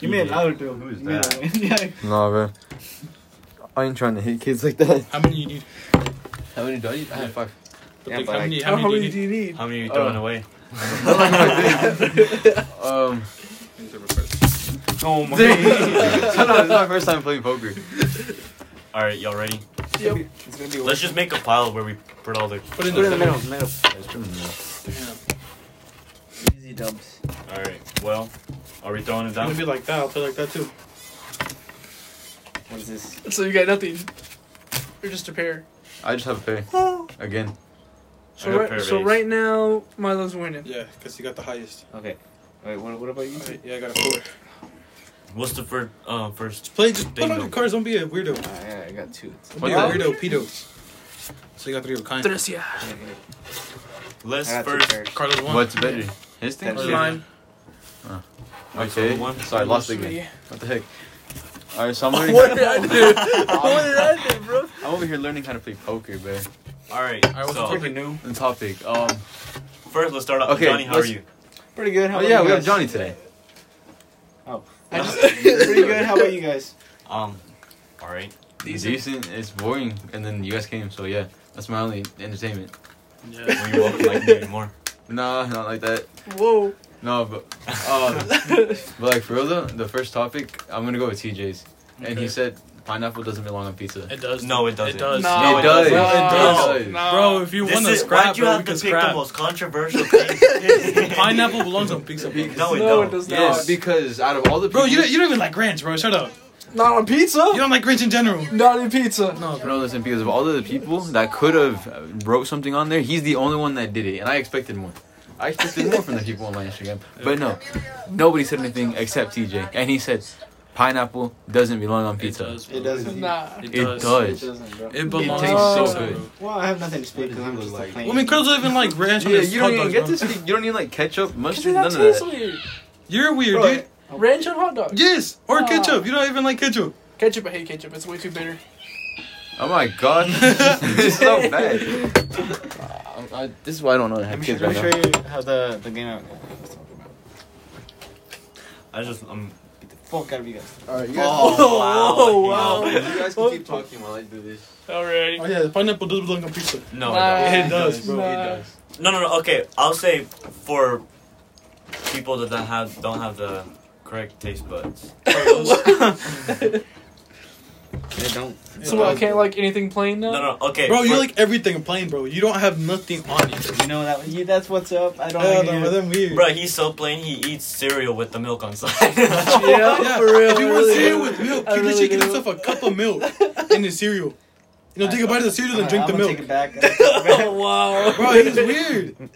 You made it louder to him. Who is You made that? it- yeah. Nah, bro. I ain't trying to hit kids like that. How many you need? How many do I need? I have five. But Yeah, like, but how like- many? How How many do many you need? do you need? How many are you throwing Uh. away? Um, Oh my Dude, it's not my first time playing poker. All right, y'all ready? Yep. It's gonna be Let's just make a pile where we put all the. Put it in Put it in the the middle. middle. middle. Damn. Easy dubs. All right. Well, are we throwing it I'm down? gonna be like that. I'll play like that too. What is this? So you got nothing. You're just a pair. I just have a pair again. I So got a pair right, of so eights. right now, Milo's winning. Yeah, because you got the highest. Okay. Wait, what, what about you? Alright, yeah, I got a four. What's the first? Uh, first. Play, just put on Bingo. your cards. Don't be a weirdo. Ah, yeah, I got two. It's- Don't be a What weirdo, pedo. So you got three of a kind. Tresia. yeah, yeah. Let's I got two first. pairs. Carlos won. What's better? His thing. That's or it. mine? Mine. Okay. so one- So I lost again. Yeah. What the heck? All right, so I'm learning. What did I do? what did I do, bro? I'm over here learning how to play poker, man. All right. All right, what's the so topic? new. the topic. Um. First, let's start off. Okay, Johnny, how are let's- you? Pretty good. How Oh about yeah, you we have guys? Johnny today. I just, pretty good. How about you guys? Um. All right. Decent. Decent. It's boring, and then you guys came, so yeah. That's my only entertainment. Yeah. When you walk like me anymore. Nah, not like that. Whoa. No, but um, but like for real though, the first topic I'm gonna go with TJ's, and he Okay. said pineapple doesn't belong on pizza. It does. No, it doesn't. It does. No, it does. No, It does. No. Bro, if you This won is- the scrap, why'd you bro, have we to can pick the scrap. most controversial thing? Pineapple belongs on pizza. Bro, No, it No, it don't. does not. Yes, because out of all the bro you, pizzas- you don't even like ranch, bro. Shut up. Not on pizza. You don't like ranch in general. Not in pizza. No, bro. No, listen. Because of all the people that could have wrote something on there, he's the only one that did it, and I expected more. I expected more from the people on my Instagram, but no, nobody said anything except TJ, and he said, "Pineapple doesn't belong on pizza." It doesn't. Nah. It It does. does. It doesn't, bro. It belongs tastes on so pizza, good. bro. Well, I have nothing to speak because I'm just a plain. Well, I mean, Carlos doesn't even like ranch. on Yeah, his you don't hot even dogs, get bro. to speak. You don't need like ketchup, Cause mustard, it none not of taste that. weird. You're weird, Bro, dude. Ranch on hot dog. Yes, or Ah. ketchup. You don't even like ketchup. Ketchup, I hate ketchup. It's way too bitter. Oh my god, it's so bad. Um, I, this is why I don't know how Let me, kids let right me show now. you how the, the game out. I just um. Get the fuck out of you guys. alright, you Oh, wow. wow. You guys can keep talking while I do this. Alright. Oh yeah, the pineapple does belong on pizza. No, Nah. no. It does, bro. Nah. It does. No, no, no. Okay, I'll say for people that don't have don't have the correct taste buds. They don't. So what, I can't like anything plain now. No, no. Okay, Bro, you for- like everything plain, bro. You don't have nothing on you. You know that. You, that's what's up. I don't Yeah, think no, you- them weird. Bro, he's so plain. He eats cereal with the milk on side. Yeah, Yeah, for real. If you I want really cereal do. with milk, I you really literally get do. yourself a cup of milk in the cereal. You know, take a bite of the cereal and Alright, drink I'm the gonna milk. Take it back. I'm gonna take it back. Oh, wow. Bro, he's weird.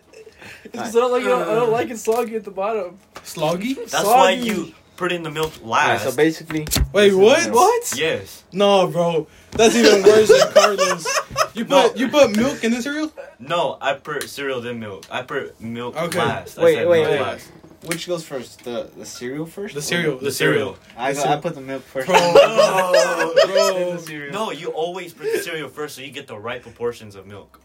It's not like I don't, I don't like it soggy at the bottom. Sloggy? That's why Soggy. you put in the milk Alright, last. so basically, Wait, what? What? yes. No, bro. That's even worse than Carlos. You put No. you put milk in the cereal? No, I put cereal then milk. I put milk Okay. last. I Wait, said wait, milk wait. last. which goes first? The the cereal first. The Or- cereal. The cereal. I The go, I cereal. put the milk first. Bro, Then the bro. cereal. No, you always put the cereal first, so you get the right proportions of milk.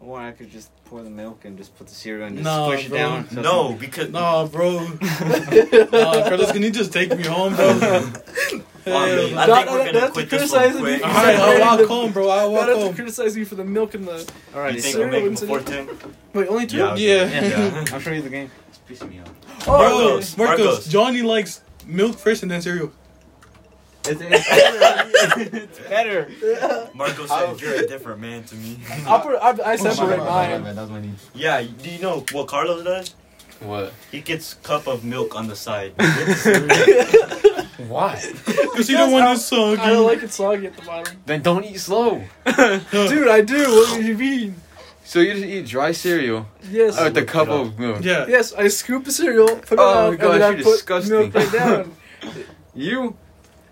Or I could just pour the milk and just put the cereal and just No, push it bro. down. so- No, because Nah, bro. Nah, Carlos, can you just take me home, bro? I Hell mean, I think no. Don't- don't- we're don't gonna quit this criticize one it. quick. All right, I'll walk home, bro. I'll Not walk have to home. criticize me for the milk and the. You Alright, think so, we're cereal making into- before ten? Wait, only two. Yeah. Yeah. Yeah. I'm sure you the game. It's pissing me off. Oh, Marcos, Marcos, Marcos, Marcos. Johnny likes milk first and then cereal. It's, it's better. it's better. Marco said you're a different man to me. I, put, I, I Oh separate my mine. That was my name. Yeah, do you know what Carlos does? What? He gets cup of milk on the side. Why? Cause you don't want to suck. I don't like it soggy at the bottom. Then don't eat slow. Dude, I do. What do you mean? So you just eat dry cereal Yes. with a cup of milk. Yeah. Yes, I scoop the cereal, put it Oh out, my gosh, and then I you're put disgusting. milk right down. You,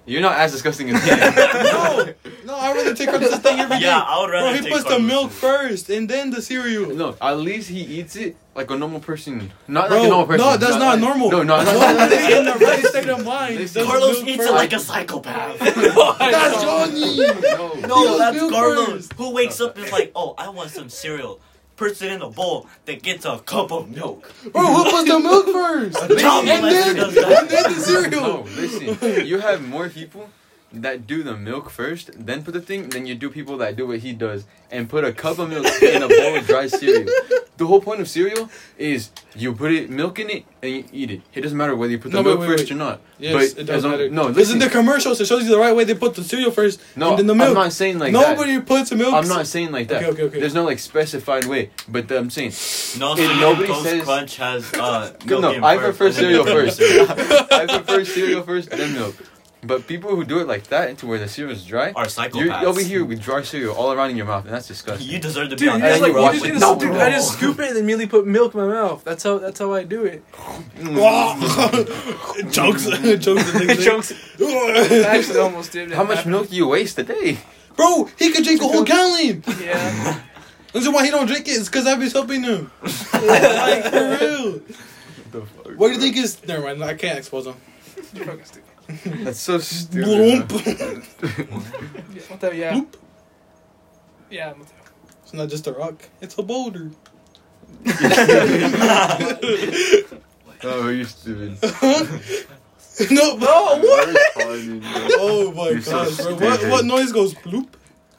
you're not as disgusting as him. No, no, I rather take Carlos's thing every day. yeah, I would rather Bro, he take puts the Carlos. milk first and then the cereal. no, at least he eats it like a normal person. Not Bro, like a normal person. no, that's not like- normal. No, no, No, no, no, no. in the right state of mind. Listen, does Carlos milk eats first. it like a psychopath. That's Johnny. no. He does no, that's milk Carlos. first. Who wakes up and is like, oh, I want some cereal. person in the bowl that gets a cup of milk. Bro, who put the milk first? Tom and Lester then, does that. and then the cereal. No, listen. You have more people that do the milk first, then put the thing, than you do people that do what he does and put a cup of milk in a bowl of dry cereal. The whole point of cereal is you put it milk in it and you eat it. It doesn't matter whether you put the No, milk wait, wait, first wait. or not. Yes, But it as doesn't long- matter. no, Because listen. in the commercials, it shows you the right way they put the cereal first No, and then the milk. I'm not saying like that. Nobody puts milk. I'm not saying like that. Okay, okay, okay. There's no like specified way, but I'm saying No, If cereal nobody Toast says- Crunch has uh, No, milk no, in I first, prefer and then cereal milk in first. I prefer cereal first, then milk. But people who do it like that, to where the cereal is dry, Are you're psychopaths. over here with dry cereal all around in your mouth, and that's disgusting. You deserve to be Dude, on you And then just like you you watch just it. do the No, scoop- bro. I just scoop it and immediately put milk in my mouth. That's how that's how I do it. Jokes, jokes, and things. Uh, I actually almost did it. How much milk do you waste a day? Bro, he could drink a whole gallon. Yeah. That's why he don't drink it. It's because I've been helping him. like for real. What do you think is? Never mind. I can't expose him. You're fucking stupid. That's so stupid. bro. Bloomp. Yeah. What the- yeah. Yeah. I'm with you. It's not just a rock. It's a boulder. Oh, you're stupid. no, bro. What? Oh my You're so god, bro. What, stupid. what noise goes bloop?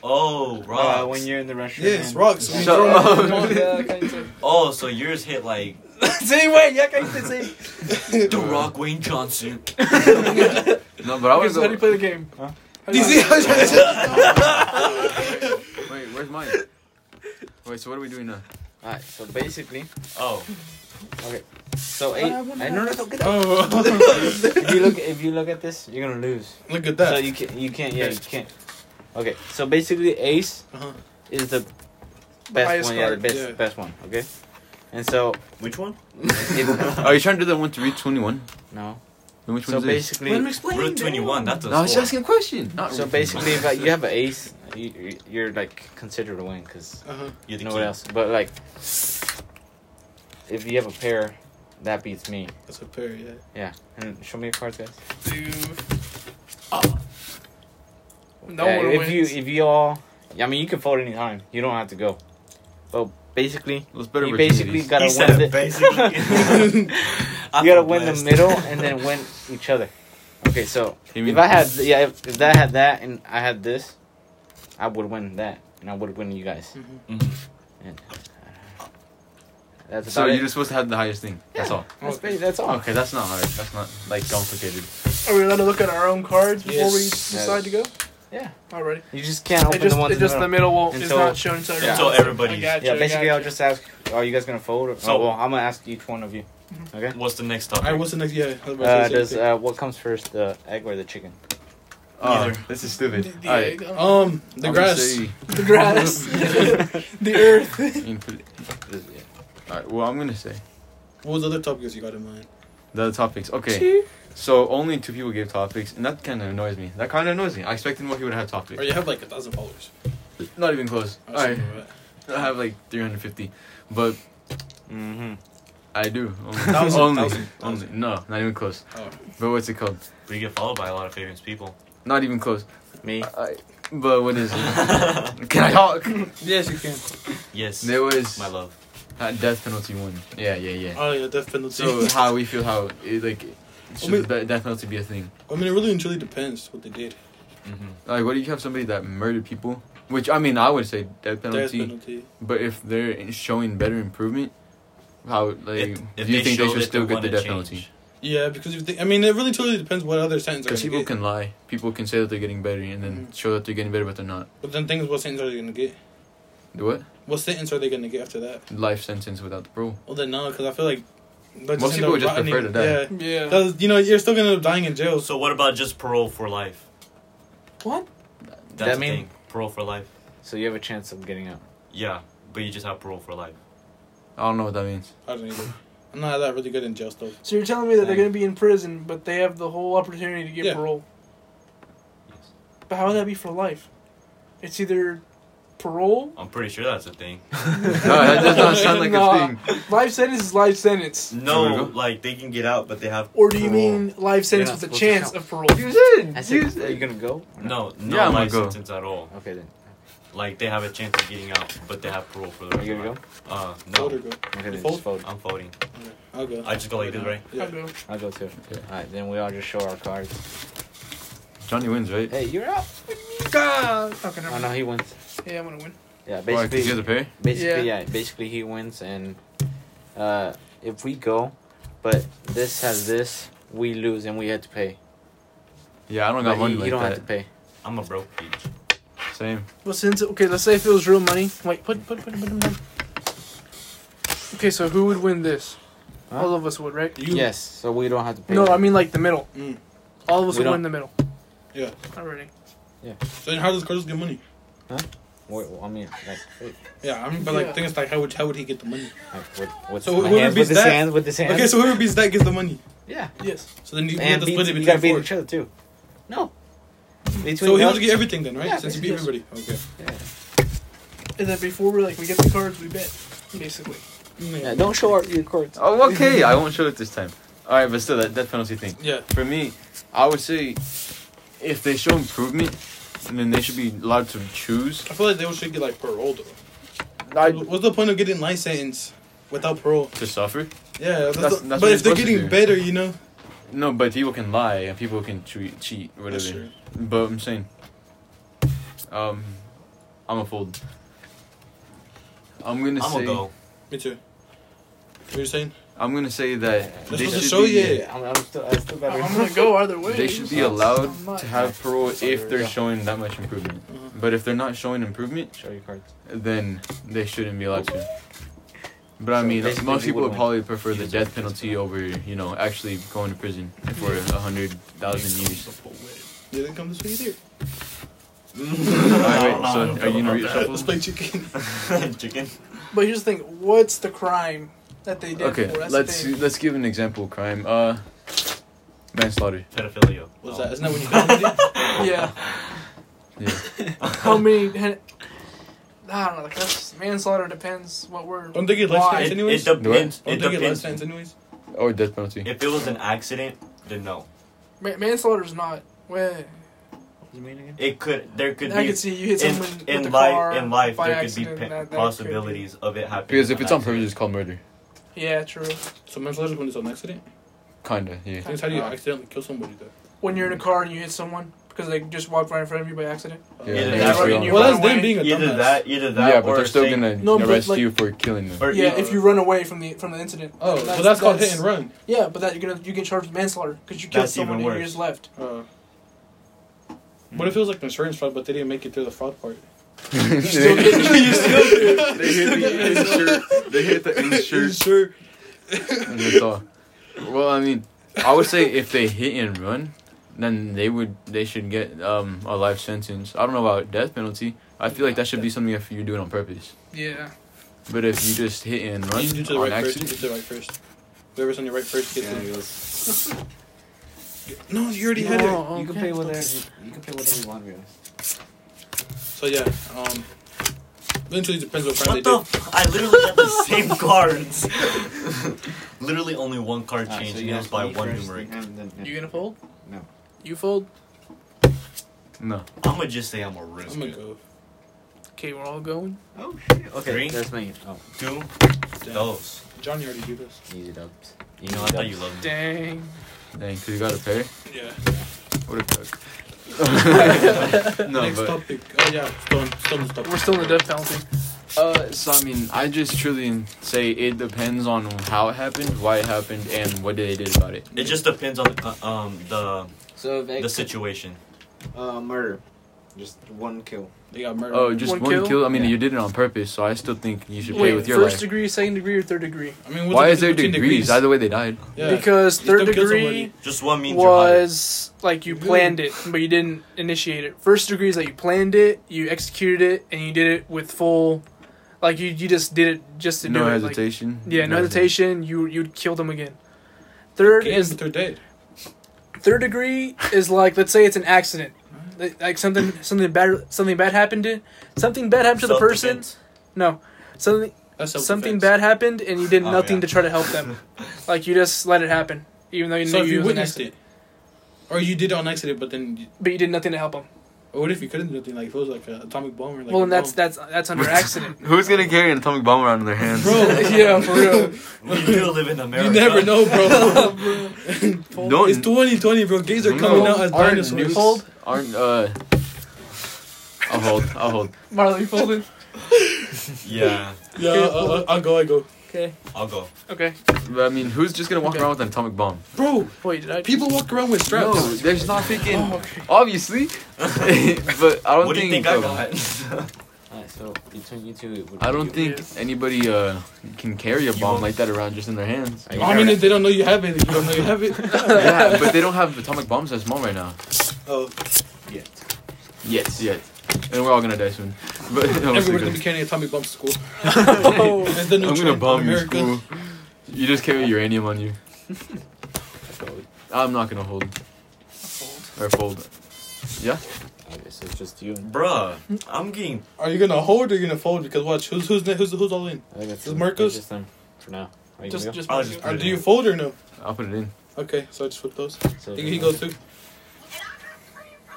Oh, Uh, rocks. when you're in the restroom. Yes, rocks. Shut Bro, up. Come on, yeah, can't you say- oh, so yours hit like Say wait, yeah, can't you say? The Rock Wayne Johnson. No, but I Okay, was. so How do you play the game? Huh? How do You you see play- how I tried to- Wait, where's mine? Wait, so what are we doing now? Alright, so basically, Oh, so eight. I no, no, no, get Oh, if you look, if you look at this, you're gonna lose. look at So that. you can't, you can't, yeah, you can't. Okay, so basically, ace Uh-huh. is the best highest one, yeah, the card, best, yeah. best one. Okay, and so which one? if, Are you Oh, trying to do that one to read 21? no, Then which so one is basically, Route 21. That's a this? No, I was score. just asking a question. Not so read basically, if like, you have an ace, you, you- you're like considered a win because Uh-huh. You're the no one king. else. But like, if you have a pair, that beats me. That's a pair, yeah. Yeah, and show me your cards, guys. No Yeah, one if you wins. if you all, I mean, you can fold any time. You don't have to go. But basically, It was better you with basically GDs. gotta He win. said The, basically. you I'm gotta win the blessed. middle and then win each other. Okay, so You if mean- I had yeah, if, if that had that and I had this, I would win that and I would win you guys. uh, Mhm. Mm-hmm. That's So about you're it. just supposed to have the highest thing. That's all. That's, ba- that's all. Okay, that's not hard. That's not like complicated. Are we allowed to look at our own cards before we Yes. decide to go? Yeah. Alrighty. You just can't open It just, the ones it in the just the middle. middle won't And is so- not shown to everyone. So everybody's- I got you, Yeah, I basically, got I'll you. just ask, are you guys gonna fold? Or, oh, So- well, I'm gonna ask each one of you. Okay. What's the next All right, topic? what's the next? Yeah. I was about to Uh, say does something. uh, what comes first, the egg or the chicken? Oh, Neither. this is stupid. The- the All right. egg, uh, um the I'm gonna grass? say- the grass, the earth. you can put it- All right. Well, I'm gonna say What was the other topics you got in mind? the other topics. Okay. So only two people gave topics, and that kind of annoys me. That kind of annoys me. I expected more people to have topics. Or you have like a thousand followers. Not even close. or All right. something like I have like 350, but Mm-hmm. I do only Thousand, only, thousand, only. thousand. no, not even close. Oh. But what's it called? We get followed by a lot of famous people. Not even close. Me. I, but what is it? Can I talk? that. Yes, you can. Yes, There was my love. uh, death penalty one. Yeah, yeah, yeah. Oh yeah, death penalty. So how we feel how it, like should mean- the death penalty be a thing? I mean, it really and truly depends what they did. hmm Like, what do you have somebody that murdered people? Which I mean, I would say death Death penalty. penalty. But if they're showing better improvement, how like If- if do you think they show should that still get wanna the death change. penalty? Yeah, because you think, I mean, it really totally depends what other sentence are Because going people to get. can lie. People can say that they're getting better and then Mhm. show that they're getting better, but they're not. But then things, what sentence are they going to get? Do what? What sentence are they going to get after that? Life sentence without the parole. Well, then no, because I feel like they'll Most end people up would just rotting prefer in- to die. Yeah, Yeah. because you know you're still going to end up dying in jail. So So what about just parole for life? What? That's That the mean- thing. Parole for life. So you have a chance of getting out. Yeah, but you just have parole for life. I don't know what that means. I don't either. I'm not that really good in jail stuff. So you're telling me that they're Dang. gonna be in prison, but they have the whole opportunity to get Yeah. parole. Yes. But how would that be for life? It's either parole, I'm pretty sure that's a thing. no, that does not sound like Nah. a thing. life sentence is life sentence. No, Virgo? like they can get out, but they have. Or do you parole. mean life sentence not with a supposed to chance count. of parole? You said. I you said, are you said. gonna go? or not? No, no Yeah, I'm gonna life go. sentence at all. Okay then. like they have a chance of getting out, but they have parole for the Are rest you gonna of their go? Uh, Fold or no, go? Okay, then Fold? just fold. I'm folding. Okay, I'll go. I just go like this, right? I'll Yeah. go. I'll go too. Okay. All right, then we all just show our cards. Johnny wins, right? Hey, you're up. God. Okay, never Oh mind. no, he wins. Yeah, I'm gonna win. Yeah, Why? 'Cause basically, you're the pair. basically, Yeah. yeah, basically he wins, and uh, if we go, but this has this, we lose and we had to pay. Yeah, I don't But got he, money he like don't that. have to pay. I'm a broke bitch. Same. Well, since okay, let's say if it was real money. Wait, put put put put them down. Okay, so who would win this? Huh? All of us would, right? You. Yes, so we don't have to pay. No, them. I mean like the middle. Mm. All of us We would don't- win the middle. Yeah. Already. So then how does Carlos get money? Wait, well, I mean, like, wait, Yeah, I'm. But like, Yeah. thing is, like, how would how would he get the money? like what, what's So my whoever hands beats with his that- hands with his hands? Okay, so whoever beats that gets the money. yeah, Yes. So then you, you have and to beat, split it you gotta between beat four. each other too. No. Between So he us- would get everything then, right? Yeah, Since he beat everybody. Okay. And then before we like we get the cards, we bet basically. yeah, don't show our, your cards. Oh, okay. I won't show it this time. All right, but still, that death penalty thing. Yeah. For me, I would say if they show improvement, then they should be allowed to choose. I feel like they should get like parole though. What's the point of getting life sentence without parole? to suffer. Yeah, That's- that's the- that's what but you're if they're supposed to getting do. better, you know. No, but people can lie and people can cheat, cheat whatever. That's true. But I'm saying, um, I'm a fold. I'm gonna I'm gonna say. go. Me too. What are you saying? I'm gonna say that That's they supposed to should show be, you. I'm, I'm still, I'm still better. I'm gonna go either way. They should be so- allowed I'm not- to have parole if they're Yeah. showing that much improvement. Uh-huh. But if they're not showing improvement, show your cards. then they shouldn't be allowed to. But I So mean, basically most we people would would win. probably prefer the death penalty over, you know, actually going to prison for a hundred thousand years. You didn't come this way either. Alright, wait, so are you gonna Let's reshuffle? play chicken. Chicken. But here's the thing: what's the crime that they did? Okay, for? That's the let's thing. let's give an example crime. Uh, manslaughter. Pedophilia. What's that? Isn't that when you found it? Yeah. Yeah. How many? hen- I don't know. Like that's manslaughter depends what we're. Don't they get life Why? sentence It, anyways? it depends. Don't It they get life depends. sentence anyways? Or death penalty. If it was an accident, then no. Ma- manslaughter's not. Wait, It could. There could I be. could see you hit in someone with in the life, car in life, by there accident, could be that- pe- that could be- possibilities of it happening. Because if it's on purpose, accident. it's called murder. Yeah, true. So manslaughter is when it's an accident. Kinda, yeah. Things how do you accidentally kill somebody though? When you're in a car and you hit someone because they just walked right in front of you by accident. Yeah, Yeah, they that's actually right, are. you Well, Oh, that's run away. them being a either dumbass. that, either that, yeah, or but they're still say- gonna No, but, arrest like- you for killing them. or Yeah, either- if you run away from the from the incident. Oh, well, that's called hit and run. Yeah, but that you're gonna you get charged with manslaughter because you killed That's even someone and you worse. just left. Uh, what if it was like an insurance fraud, but they didn't make it through the fraud part? they, still get- you they hit the insure. They hit the insure. Sure. and that's all. Well, I mean, I would say if they hit and run, then they would they should get um a life sentence. I don't know about death penalty. I feel like that should be something if you do it on purpose. Yeah. But if you just hit and run You do to the on right first. You accident, do to the right first. Whoever's on your right first gets Yeah, it. he was- No, you already had it. Oh, You can okay. play whatever you can play whatever you want. Really. So yeah, um, literally depends what What crime they the? did. F- I literally got the same cards. literally, only one card Alright, changed, so and you it have was by me one first, numeric. and then- You gonna fold? No. You fold? no. I'm gonna just say I'm a risk. I'm gonna go. Okay, we're all going. Oh shit. Okay, Three. that's me. Oh, Two, Damn. those. Johnny already do this. easy dubs. You know, I thought you loved me. Dang. Dang, 'cause you got a pair. Yeah. What a fuck. no, Next but topic. Oh yeah, stone, stone, stone. We're still in the death penalty. uh, so I mean, I just truly say it depends on how it happened, why it happened, and what they did about it. It just depends on the co- um the So if the ex- situation. uh, murder, just one kill. They got murdered. Oh, just One one, kill? kill? I mean, Yeah. you did it on purpose, so I still think you should play Wait, with your first life. degree, second degree, or third degree? I mean, what's Why the is there difference degrees? between Either way, they died. Yeah. Because You third still killed degree somebody. Just one means was like you Really? planned it, but you didn't initiate it. First degree is that you planned it, you executed it, and you did it with full, like you you just did it just to No do it. hesitation. Like, yeah, no hesitation. You you'd kill them again. Third Okay, is but they're dead. third degree is like let's say it's an accident, like like something something bad something bad happened to something bad happened to the person. Self-defense. No, something That's something self-defense. bad happened and you did Oh, nothing yeah. to try to help them. like you just let it happen, even though you So knew if you you was an witnessed accident, it, or you did it on accident, but then you, but you did nothing to help them. Or what if you couldn't do anything? Like if it was like an atomic bomb or like. well, a and that's bomb? that's that's under accident. Who's gonna carry an atomic bomb around in their hands? Bro, yeah, for real. We do live in America. You never know, bro. Don't- it's 2020, bro. Gays are No. coming out as Aren't dinosaurs. nukes- Aren't uh. I'll hold. I'll hold. Marley folded. Yeah, Yeah, uh, uh, I'll go. I go, Okay. I'll go. Okay. But, I mean, who's just gonna walk Okay. around with an atomic bomb? bro. Wait, did I? People walk around with straps. No, there's not freaking. Oh, okay. Obviously, but I don't What do you think. think I um, got? Alright, so between you two, it would I be don't you. think anybody uh can carry a You bomb won't- like that around just in their hands. Are you I mean, if nervous? they don't know you have it, you don't know you have it. yeah, but they don't have atomic bombs that small right now. oh, Yes, yet. And we're all gonna die soon. But no, it's everyone's okay. gonna be carrying atomic bombs to school. Oh. It's the new I'm gonna trend in bomb your America. school. You just carry uranium on you. I'm not gonna hold or fold. Okay, so it's just you. Bruh, I'm getting. Are you gonna hold or you gonna fold? Because watch, who's who's who's who's all in? I think that's Is Marcos? it's just them for now. Are you Just gonna just. I'll just put Or it Uh, do in. you fold or no? I'll put it in. Okay, so I just flip those. go? So, He, he goes too.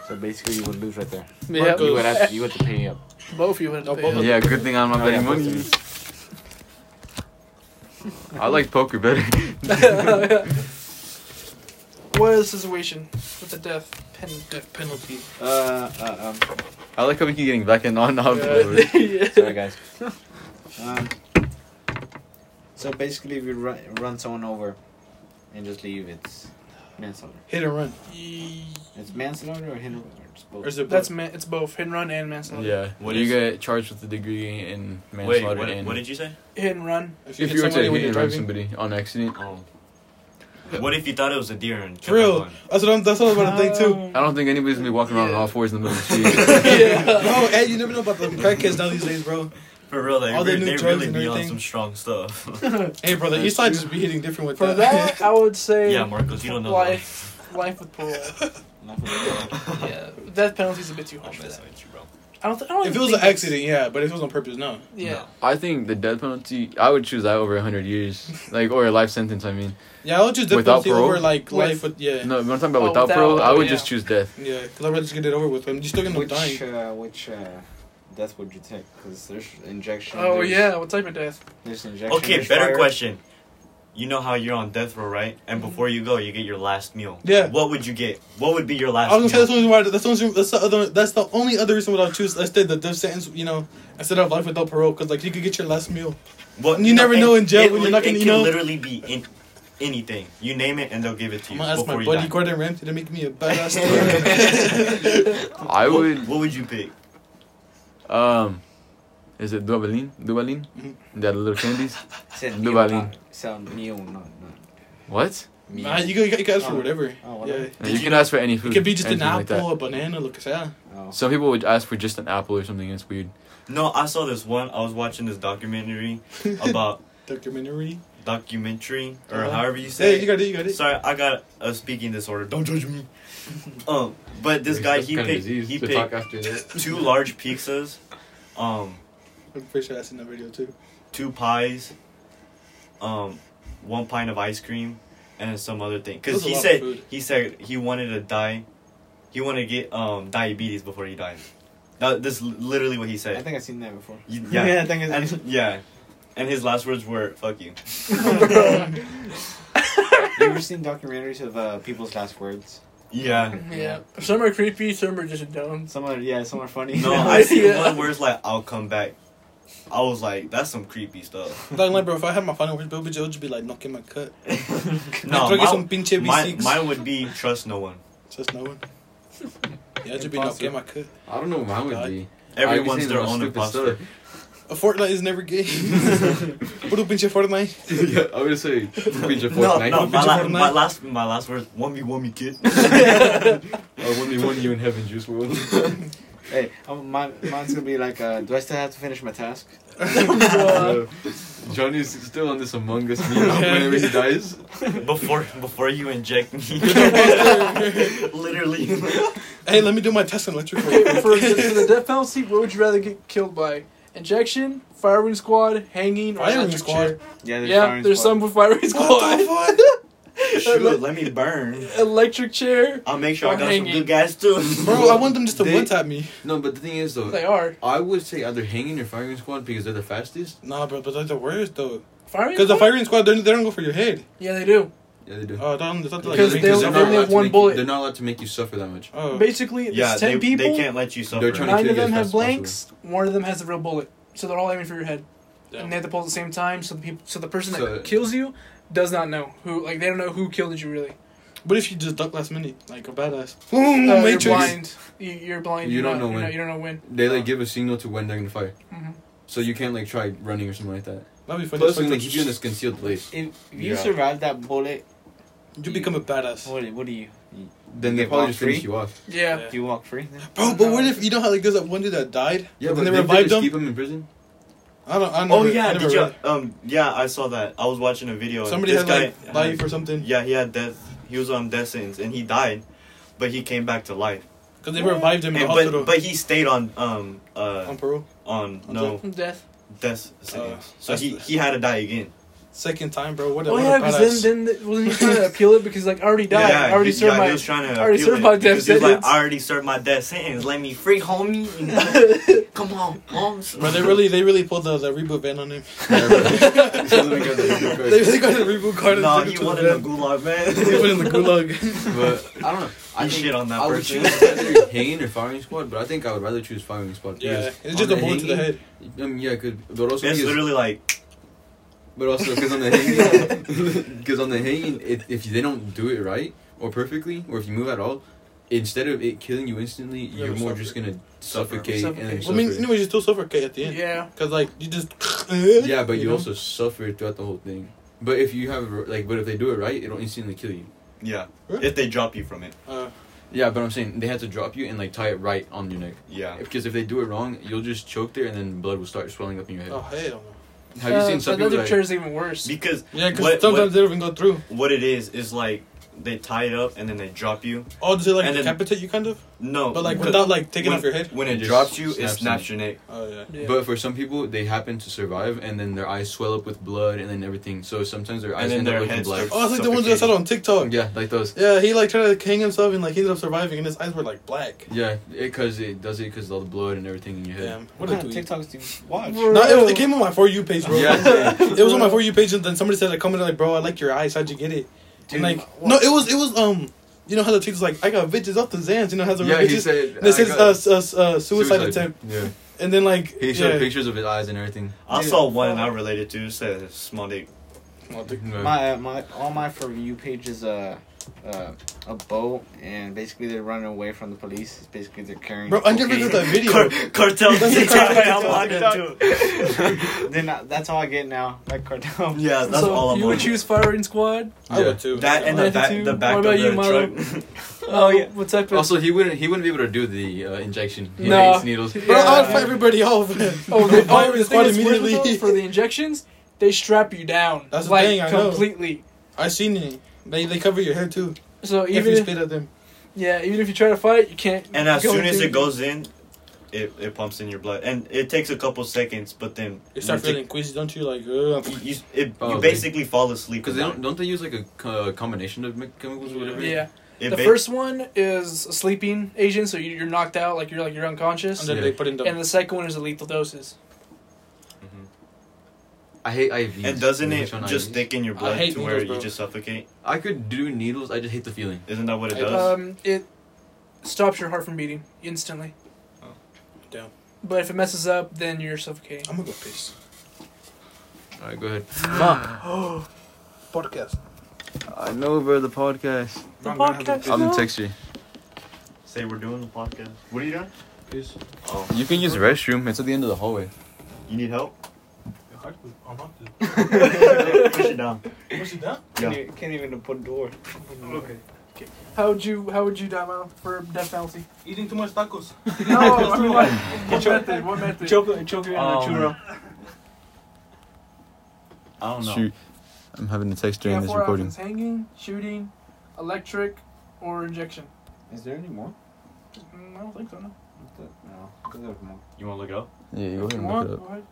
so basically, you would lose right there. Yeah. You would have to, you would have to pay up. Both of you would No, have both to pay. of up. Yeah, good thing I'm not Oh, betting yeah, money. I like poker better. What is the situation with the death pen? Death penalty. Uh, uh, um, I like how we keep getting back and on off. Yeah. sorry guys. Um, so basically, if you run, run someone over, and just leave, it's manslaughter. Hit and run. It's manslaughter or hit and or it's both. Or is it That's man. It's both hit and run and manslaughter. Yeah. What What you is- get charged with a degree in Wait, manslaughter what, and what did you say? Hit and run. If if hit you were to somebody hit when and you're run driving- somebody on accident, Oh. Um, What if you thought it was a deer and For real. That's what I'm. That's what I'm about to think too. I don't think anybody's gonna be walking around on all fours in the middle of the street. Bro, hey, you never know about the crackheads now these days, bro. For real, they, All the re- new they drugs really and be on everything. some strong stuff. Hey, brother, Eastside just be hitting different with For that, I would say yeah, Marcos, you don't know. that. life, life with parole. Not for the- yeah, death penalty's a bit too I'm harsh for that. messing with you, bro. I don't. Th- I don't If it even was an think accident, yeah, but if it was on purpose, no. it's- Yeah. I think the death penalty. I would choose that over hundred years, like or a life sentence. I mean, Yeah, I would just dip Without penalty parole? over like With- life with yeah, no, when I'm talking about Oh, without without- parole, I would yeah. just choose death. yeah. Because I'd rather just get it over with. I'm just still gonna which die. uh, which uh, death would you take? Because there's injection. Oh there's, yeah. What type of death? There's injection. Okay, there's better fire. question. You know how you're on death row, right? And before you go, you get your last meal. Mm-hmm. Yeah. What would you get? What would be your last I was gonna say meal? that's the only why that's the only, that's the other that's the only other reason why I'll choose instead the death sentence you know instead of life without parole because like you could get your last meal. What- You never know in jail it when you're li- not gonna- It you can know? literally be in anything. You name it, and they'll give it to I'm you gonna ask before my you buddy die. Gordon Ramsay to make me a badass. steak. I What- would. What would you pick? Um, is it Duvalin? Duvalin? Mhm. That little candies? Said Blue Neo, Berlin. not- Sound Neo, not not. What? Neo. Nah, you, go- you can ask for Oh. whatever. Oh, yeah, whatever. No, you can ask for any food. it could be just an anything like that. apple, a banana, look at that. Oh. Some people would ask for just an apple or something. It's weird. No, I saw this one. I was watching this documentary about Documentary. documentary or Uh-huh. however you say. Hey, you got it, you got it. Sorry, I got a speaking disorder. Don't judge me. Um, but this guy he picked he picked after that. two large pizzas, um, I'm pretty sure that's in the video too. two pies, um, one pint of ice cream, and some other thing. That's Cause a he lot of said food. he said he wanted to die, he wanted to get um diabetes before he died. That, that's li- literally what he I said. think I've seen that before. Y- yeah, Yeah, I think it's- and, yeah, and his last words were "fuck you." you ever seen documentaries of uh, people's last words? Yeah. Yeah. Some are creepy. Some are just dumb. Some are yeah, some are funny. No, I see Yeah. one where it's like "I'll come back." I was like, "That's some creepy stuff." Like, like, bro, if I had my final words, Bill would just be like, knock in my cut. No, Drug is my- some pinche Mine, V6. mine would be trust no one. Just no one. Yeah, just be knock in my cut. I don't know what mine would be. Everyone's their own imposter. A Fortnite is never gay. Put up pinche Fortnite. yeah, I would say Beach of No, no, my, Fortnite. la- my last, my last word, one me, one me, kid. only one you in heaven, Juice World. Hey, um, my, mine's gonna be like, uh, do I still have to finish my task? Johnny's still on this Among Us Yeah. whenever he dies. before, before you inject me, literally. Hey, let me do my test and let you Okay, for, the, for the death penalty, what would you rather get killed by? Injection, firing squad, hanging, or Firing electric squad? chair? Yeah, Yeah, firing there's squad. some for firing squad. What the fuck? Shoot, let me burn. Electric chair. I'll make sure I Or got some hanging. good guys too. Bro, I want them just to They- one tap me. No, but the thing is though, They are. I would say either hanging or firing squad because they're the fastest. Nah, bro, but that's the worst though. Firing. Because the firing squad, they don't they don't go for your head. Yeah, they do. Yeah, they do. Oh, I thought, I thought like Uh, Because they because they'll- they're they not only allowed have to one make bullet. You, they're not allowed to make you suffer that much. Oh, Basically, there's yeah, ten they, people. they can't let you suffer. They're trying to nine kill of you as them fast have as possible. blanks. One of them has a real bullet, so they're all aiming for your head, Yeah. and they have to pull at the same time. So the people, so the person So- that kills you does not know who. Like they don't know who killed you really. What if you just duck last minute, like a badass? Uh, Boom, you're Matrix. blind. You, you're blind. You You're don't not- know you're when. not- You don't know when. They like give a signal to when they're gonna fire, Mhm. so you can't like try running or something like that. That'd be funny. Plus, as fuck, when they though. keep you in this concealed place, If you Yeah. survive that bullet, you become a badass. what, what do you? then they Get probably walked just finish free? you off. Yeah. Yeah. Do you walk free? Then? Bro, but what if you know how like there's that one dude that died? Yeah, and but they they revived just him. keep him in prison. I don't. I never, Oh yeah, I never did you? read Um, yeah, I saw that. I was watching a video. it. and Somebody this had guy- um, like life or something. Yeah, he had death. He was on death sentence, and he died, but he came back to life. Because they revived him in And, the hospital but but he stayed on um uh on parole. on no Death. death sentence, Uh, so he that's- he had to die again. Second time, bro. What a, Oh what yeah, a because badass. then then the, wasn't he trying to appeal it because like I already died. I already he, served yeah, my. he was trying to I already appeal served it my death because he was like, sentence. I already served my death sentence. Let me free, homie. Come on, homes. Bro, they really, they really pulled the, the reboot van on him. Yeah, they really got the reboot card. and No, took it he to wanted the a van. gulag, They put in man. the gulag. but I don't know. I You think shit on that I would person. choose either hanging or firing squad, but I think I would rather choose firing squad. yeah, because it's just a on bullet to the hanging- head. Um, yeah, could but also It's because- literally like But also because on the hanging, because on the hanging, if, if they don't do it right or perfectly, or if you move at all, instead of it killing you instantly, You're you're, gonna more suffer. just gonna suffocate, and then Suffocate. Well, I mean, suffer. anyways, you still suffocate at the end. Yeah. Cause like you just. yeah, but you, know? also suffer throughout the whole thing. But if you have like, but if they do it right, it'll instantly kill you. yeah. If they drop you from it, Uh, Yeah, but I'm saying they have to drop you and like tie it right on your neck. yeah. Because if they do it wrong, you'll just choke there, and then blood will start swelling up in your head. oh hell. no. Have you Uh, seen some but people another like, chair is even worse. Because Yeah, cause What- sometimes what- they don't even go through. what it is is like they tie it up and then they drop you. Oh, does it like And then- decapitate you kind of? No, But like because without like taking when- off your head. When It it just drops you, it snaps snaps your neck. Oh yeah. Yeah. But for some people, they happen to survive, and then their eyes swell up with blood, and then everything. So sometimes their eyes then end their up looking heads black. Oh, start- Oh, it's like the ones that I saw on TikTok. Yeah, like those. Yeah, he like tried to hang himself and like he ended up surviving and his eyes were like black. Yeah, because it does it because all the blood and everything in your head. Damn, What what a kind of dude. TikToks do you watch? Bro. No, it, was- it came on my for you page, bro. Yeah. it was on my for you page, and then somebody said a comment like, "Bro, I like your eyes. How'd you get it?" Dude, and like, no, it was it was um, you know how the teacher's like, "I got bitches off the Zans," you know how the Yeah, bitches. he said. this I is got- a, a, a suicide attempt, Yeah, and then like he showed yeah. pictures of his eyes and everything. I Yeah. saw one I related to. It said small dick. Yeah. My uh, my all my for you page is a uh, a boat and basically they're running away from the police. It's basically they're carrying. Bro, I never cocaine. did that video. Car- cartel That's a dick. cartel Yeah, I'm dick. on it too. Then I, that's all I get now. Like cartel. Yeah, that's so all I'm you on. would choose firing squad. I Yeah. would too. that and the Related back, to- the back of what about you, the Milo? truck. Oh, Uh, yeah. What type of? Also, he wouldn't he wouldn't be able to do the uh, injection. He No. hates needles. Yeah. Bro, I would fight everybody off. oh, the, oh, firing the squad thing is worse with immediately. those, for the injections, they strap you down. That's the like, thing, I know. completely. I seen it. They they cover your hair too. So If even you if, spit at them. yeah, even if you try to fight, you can't. And as go soon as through. it goes in, it, it pumps in your blood, and it takes a couple seconds. But then You start feeling queasy, don't you? Like, ugh. you, you, it, you Probably. basically fall asleep. Because they about don't don't they use like a co- combination of mi- chemicals or whatever. yeah. it. It the ba- first one is a sleeping agent, so you, you're knocked out, like you're like you're unconscious. And then Yeah. they put in the. And the second one is the lethal doses. I hate IVs. And doesn't it Which one I just use? thicken your I blood to hate where needles, you bro. just suffocate? I could do needles. I just hate the feeling. Isn't that what it I- does? Um, it stops your heart from beating instantly. Oh. Damn. But if it messes up, then you're suffocating. I'm gonna go piss. All right, go ahead. Podcast. I know, bro. The podcast. The I'm gonna have to podcast. piss. I'm gonna text you. Say we're doing the podcast. What are you doing? Piss. Oh, You can use restroom. It's at the end of the hallway. you need help? I'm up to- Push it down. What's it down? Can't, even, can't even put door. Okay. How would you How would you die Milo, for death penalty? Eating too much tacos. No, I mean like what method? What method? Choke, choke your Um, I don't know. Shoot. I'm having a text You during have this four recording. options: hanging, shooting, electric, or injection. Is there any more? Mm, I don't think so. No. What the- No. there's more. You want to look it up? Yeah, you go ahead Come and on, look it go ahead.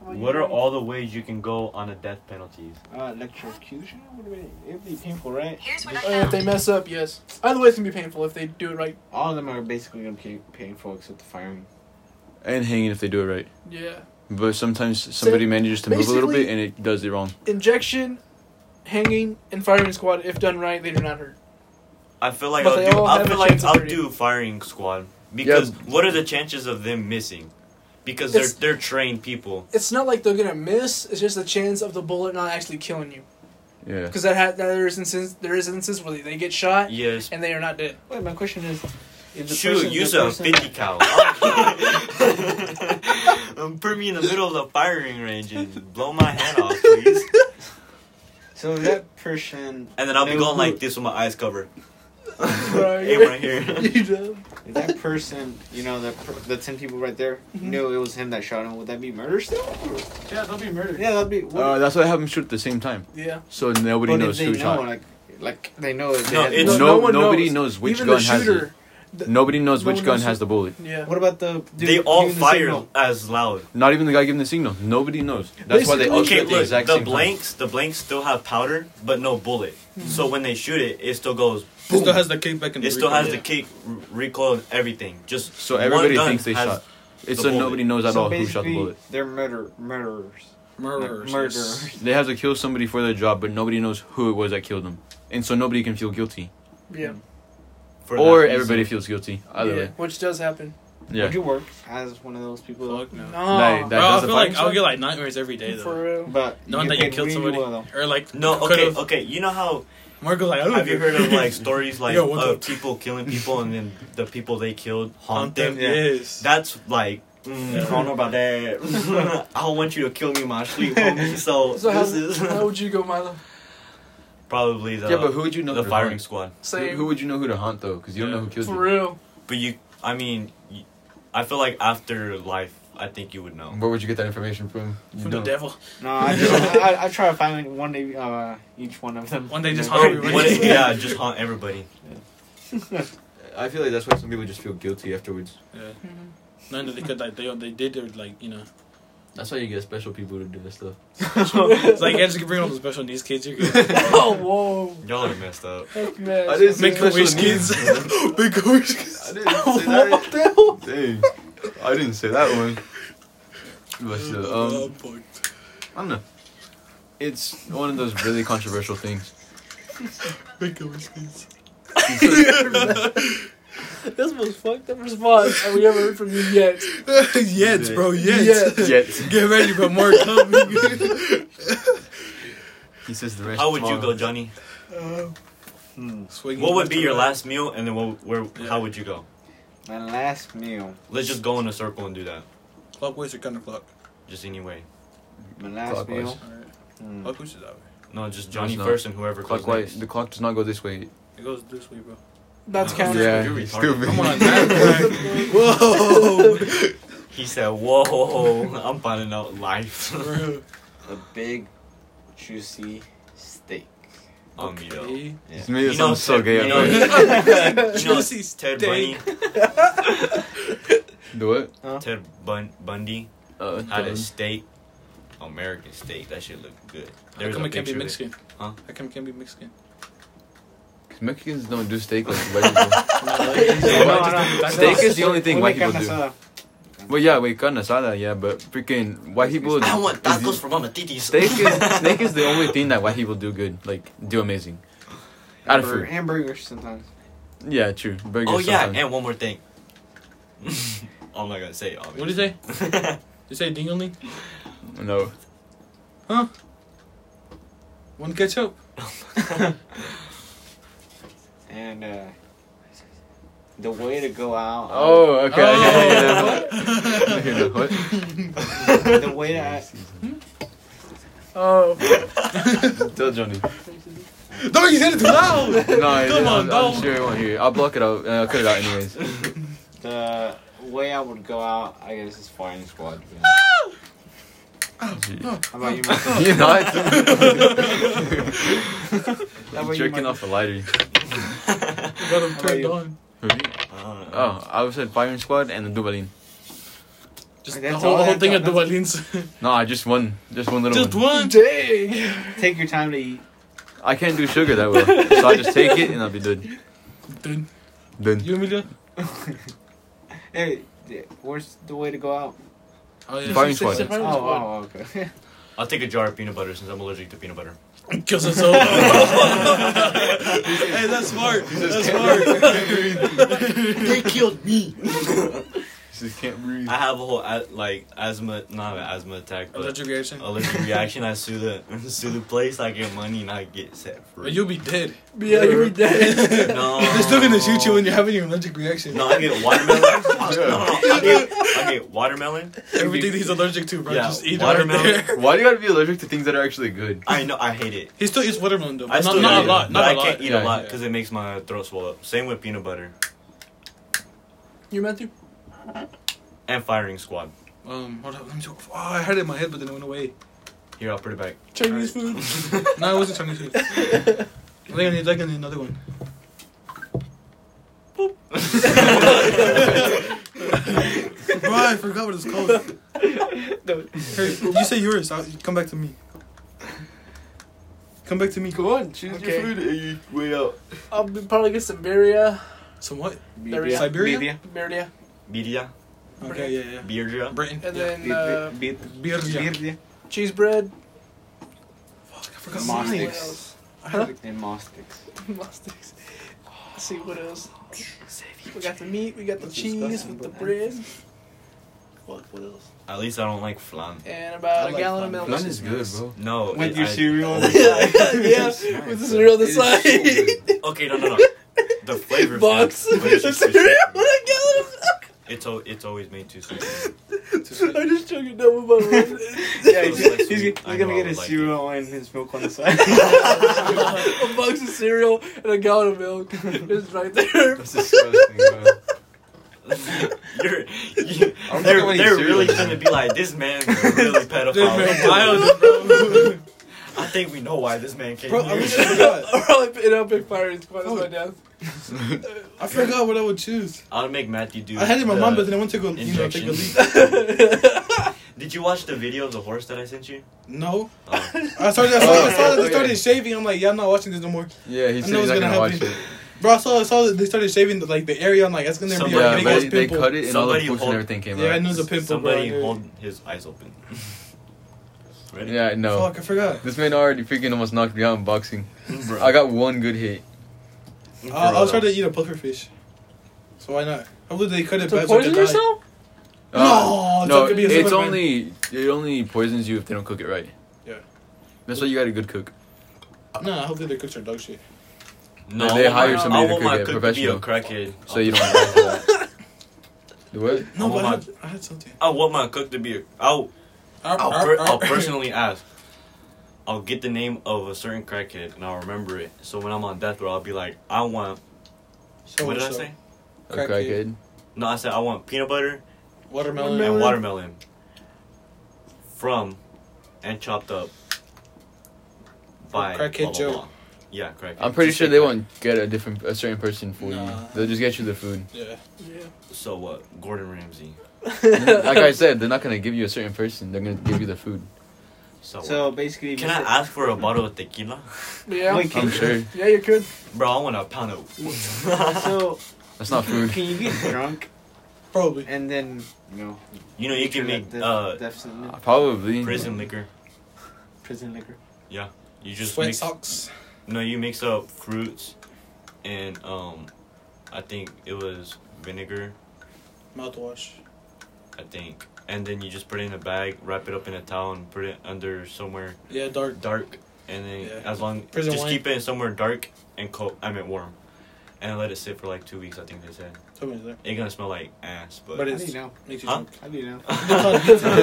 What are all the ways you can go on a death penalties? Uh, electrocution would be it'd be painful, right? Here's what I Uh, if found. they mess up, yes. Either way, it's gonna be painful if they do it right. All of them are basically gonna be painful except the firing. And hanging if they do it right. Yeah. But sometimes somebody manages to move a little basically- bit and it does it wrong. Injection, hanging, and firing squad. If done right, they do not hurt. I feel like But they I'll do. all I have feel a like chance of I'll hurting. do firing squad because what are the chances of them missing? Because they're It's- they're trained people. It's not like they're gonna miss. It's just the chance of the bullet not actually killing you. Yeah. Because that ha- there is instances there is instances where they, they get shot Yes. and they are not dead. Wait, my question is, if the Shoot, person, use the a person, fifty cal. Um, Put me in the middle of the firing range and blow my head off, please. so if that person, And then I'll be No, going who- like this with my eyes covered. Right. Aim right here. You know? if that person, you know, that per- the ten people right there knew it was him that shot him, would that be murder still? Mm-hmm. Yeah, don't be murdered. Yeah, that'd be. What, Uh, that's why I have them shoot at the same time. Yeah. So nobody but if knows they who know, shot. like, like they know. If they No, had- it's- no, No- no one nobody knows, knows. which Even the gun has it. shooter. The- Nobody knows no which one gun knows has who- the bullet. Yeah. What about the? dude They all giving the fire signal? as loud. Not even the guy giving the signal. Nobody knows. That's why they all shoot Okay, at the look, exact the same time. blanks, the blanks still have powder, but no bullet. Hmm. So when they shoot it, it still goes. It still has the kickback and It still has the kick, r- recoil, and everything. Just So one everybody gun thinks they has- shot. It's the so bullet. nobody knows at so all who shot the basically, bullet. They're murder murderers. murderers. Murderers. They have to kill somebody for their job, but nobody knows who it was that killed them. And so nobody can feel guilty. Yeah. for or that reason. everybody feels guilty. Either yeah. way. Which does happen. Yeah. Would you work as one of those people? Fuck no. No. That- that- Bro, I does feel apply. like I'll get like nightmares every day Oh, for though. real. But Knowing that get you killed really somebody well, or like No, could've- okay, okay. You know how Marco's like, I don't have you give a- heard of like stories like Yo, what's of up? people killing people and then the people they killed haunt Haunt them? them? yeah. Yes. That's like. Mm, I don't know about that. I don't want you to kill me in my sleep, homie. So, this So how, how is would you go, Milo? probably the Yeah, but who would you know? the to firing squad. haunt? Same. Who, who would you know who to haunt though? Because you don't know who kills for you. real. But you, I mean, y- I feel like after life, I think you would know. Where would you get that information from? You From the don't. devil. No, I, just, I, I try to find one day, uh, each one of them. One day just Yeah. haunt What- everybody. what- yeah, just haunt everybody. I feel like that's why some people just feel guilty afterwards. Yeah. None that they could like they they did their like you know. That's why you get special people to do this stuff. It's like yeah, just bring all the special needs kids. You're good. oh whoa. Y'all are messed up. Heck, man. I didn't say Make a special wish needs. kids. Make a wish kids. I didn't say that. Dang, I didn't say that one. But Oh, uh, um, I don't know. It's one of those really controversial things. Make a wish kids. That's the most fucked up response that we ever heard from you yet. yes, bro. Yes. Yes. Yet Get ready for more coming. he says the rest. How would you tomorrow. go, Johnny? Hmm, Swinging Um, What would be left your and right. last meal, and then what, where? How would you go? My last meal. Let's just go in a circle and do that. Clockwise or counterclock? Just any way. My last Clockwise. meal. All right. Mm. Clockwise is that way. No, just Johnny not. first and whoever goes Clockwise. next. The clock does not go this way. It goes this way, bro. That's Oh, Yeah. counter. Yeah. You're You're stupid. retarded. Come on, man. Whoa. He said, "Whoa, I'm finding out life." Um, Bro. A big, juicy steak. um, you know, Okay. This made it sound so Ted- gay. You know, already. you know Ted Bundy. Do what? Ted Bun- Bundy Uh, had a um, steak, American steak. That shit looked good. How was come a it can't be picture of it. Mexican? Huh? How come it can't be Mexican? Mexicans don't do steak like white people. Steak No, is the only thing white Only people do. carne asada. Well, yeah, we carne asada, yeah, but freaking white people. I want is- tacos from Mama Titi's. Steak is steak is the only thing that white people do good, like do amazing. Out of Hamburger- food, Hamburgers sometimes. yeah, true. Burgers. Oh yeah, sometimes. and one more thing. I'm not gonna say it. What did you say? You say dingaling? no. One ketchup? And uh, the way to go out. um, Oh, okay. Oh. I hear that. What? The way to. Oh. Tell Johnny. No, you said it too loud! No, I- Come I'm, on, I'm don't. sure he won't hear. it. I'll block it out. Uh, I'll cut it out anyways. The way I would go out, I guess, is firing squad. to be honest. How about you, Michael? You're not How about you, jerking Michael? off a lighter. You got him How about turned you? on. Oh, I was at firing squad and the Dubalin. Just Like, the that's whole, all I whole have thing done, at the that's- Wallins. No, I just one, just one little Just one. one. Dang. Take your time to eat. I can't do sugar that well, so I just take it and I'll be good. Dude, Good. you want me to? Hey, th- where's the way to go out? Oh, yeah. Firing Six- six- squad. six- Oh, firing squad. oh, okay. I'll take a jar of peanut butter since I'm allergic to peanut butter. Kills us all. hey, that's smart. That's smart. they killed me. Just can't breathe. I have a whole a- like asthma, not an asthma attack, but allergic, Allergic reaction. reaction. I sue the sue the place. I get money and I get set But free. you'll be dead. Yeah, you're dead. no, They're still gonna shoot you when you're having an allergic reaction. No, I get watermelon. no, no, no, I get, I get watermelon. Everything he's allergic to, bro. Yeah, just eat watermelon. watermelon. Right there. Why do you gotta be allergic to things that are actually good? I know I hate it. He still eats watermelon though. I Not, still not eat a it, lot. but Not I a lot. can't eat Yeah, a lot yeah. because it makes my throat swell up. Same with peanut butter you Matthew? and firing squad. Um, hold up. Let me. Talk. Oh, I had it in my head, but then it went away. Here, I'll put it back. Chinese food. No, it wasn't Chinese food. I think I need like I need another one. Bro, I forgot what it's called. Hey, you say yours. I'll, come back to me. Come back to me. Go on, choose Okay. your food and you weigh out. I'll be probably get some birria. Some what? Birria. Siberia? Media. Birria. Birria, Okay, yeah, yeah. birria. Britain. And yeah. then uh, Beat- Beer. Yeah. Birria. cheese bread. Fuck, I forgot Mostic. mine. What else? I had it. And Mastix. Mustics. Let's see what else. We got the meat, we got the cheese with the bread, Fuck, what else? At least I don't like flan. and I about like a gallon flan. of milk. None is good, bro. No, With it- your I- cereal on the side. yeah, with the cereal on the It is so side. good. Okay, no, no, no. The flavor Box. man. But it's The just- cereal with a gallon of milk. It's al- it's always made too sweet. I just chugged it down with my mouth. Yeah, he's, Those he's, are he's sweet. I gonna know get I would his like cereal and his milk on the side. Oh, a box of cereal and a gallon of milk. It's right there. That's disgusting, bro. You're, you, I'm they're thinking when they're he's really serious. gonna be like this man's a really This man pedophile. wild, bro. I think we know why this man came Bro, I here. wish I forgot. Or I'll put it up in fire squad as my death. I forgot what I would choose. I'll make Matthew do. I had it in my the- mom, but then I went to go, you know, take a injection. leak. E. Did you watch the video of the horse that I sent you? No. Oh. I started, I saw, I saw that Oh, they yeah. started shaving. I'm like, yeah, I'm not watching this no more. Yeah, he I said know he's not it's gonna gonna watch happen. it. Bro, I saw, I saw that they started shaving the, like the area. I'm like, that's gonna be Somebody- like, Yeah, big but ass they, they pimple. cut it and all the Somebody books and hold- everything came out. yeah, I knew it was a pimple. Somebody bro, I knew. hold his eyes open. Ready? Yeah, no. Fuck, I forgot. This man already freaking almost knocked me out in boxing. Bro. I got one good hit. Uh, I was trying to eat a puffer fish. So why not? Hopefully they cut it To bad so I poison could die. yourself? No, Uh, no, it's gonna be a it's Superman. only it only poisons you if they don't cook it right. Yeah. that's why you got a good cook. No, hopefully they cooked your dog shit. No, They I hire want- somebody I to want cook my it, cook professional. to be a crackhead. So you don't. Do what? No, I but I want had, I had something. I want my cook to be a. I'll Arr, I'll, arr, per- arr. I'll personally ask. I'll get the name of a certain crackhead and I'll remember it. So when I'm on death row, I'll be like, I want. So what did and I Oh, so. say? A Crackhead. crackhead. No, I said I want peanut butter Watermelon. and watermelon from and chopped up by Oh, Crackhead blah, blah, Joe. blah. Yeah, crackhead. I'm pretty Just sure say they crackhead. won't get a different a certain person for you. Nah. They'll just get you the food. Yeah. Yeah. So what? Gordon Ramsay. like I said, they're not gonna give you a certain person. They're gonna give you the food. So, so what? basically, Can I ask for a bottle of tequila? Yeah. Wait, I'm sure Yeah, you could. Bro, I want a pound of. so that's not food. can you get drunk Probably. and then you know? You know, you can make death, uh, death sentence, Probably. prison liquor. prison liquor. You just Sweat mix. socks. No, you mix up fruits, and um, I think it was vinegar. Mouthwash. I think, and then you just put it in a bag, wrap it up in a towel, and put it under somewhere Yeah, dark. dark. And then Yeah. as long Prison just wine. keep it in somewhere dark and cold. I mean warm, and let it sit for like two weeks. I think they said Tell me that. it's gonna smell like ass, but. But How it- do you know? Makes you Huh? drunk. How do you know?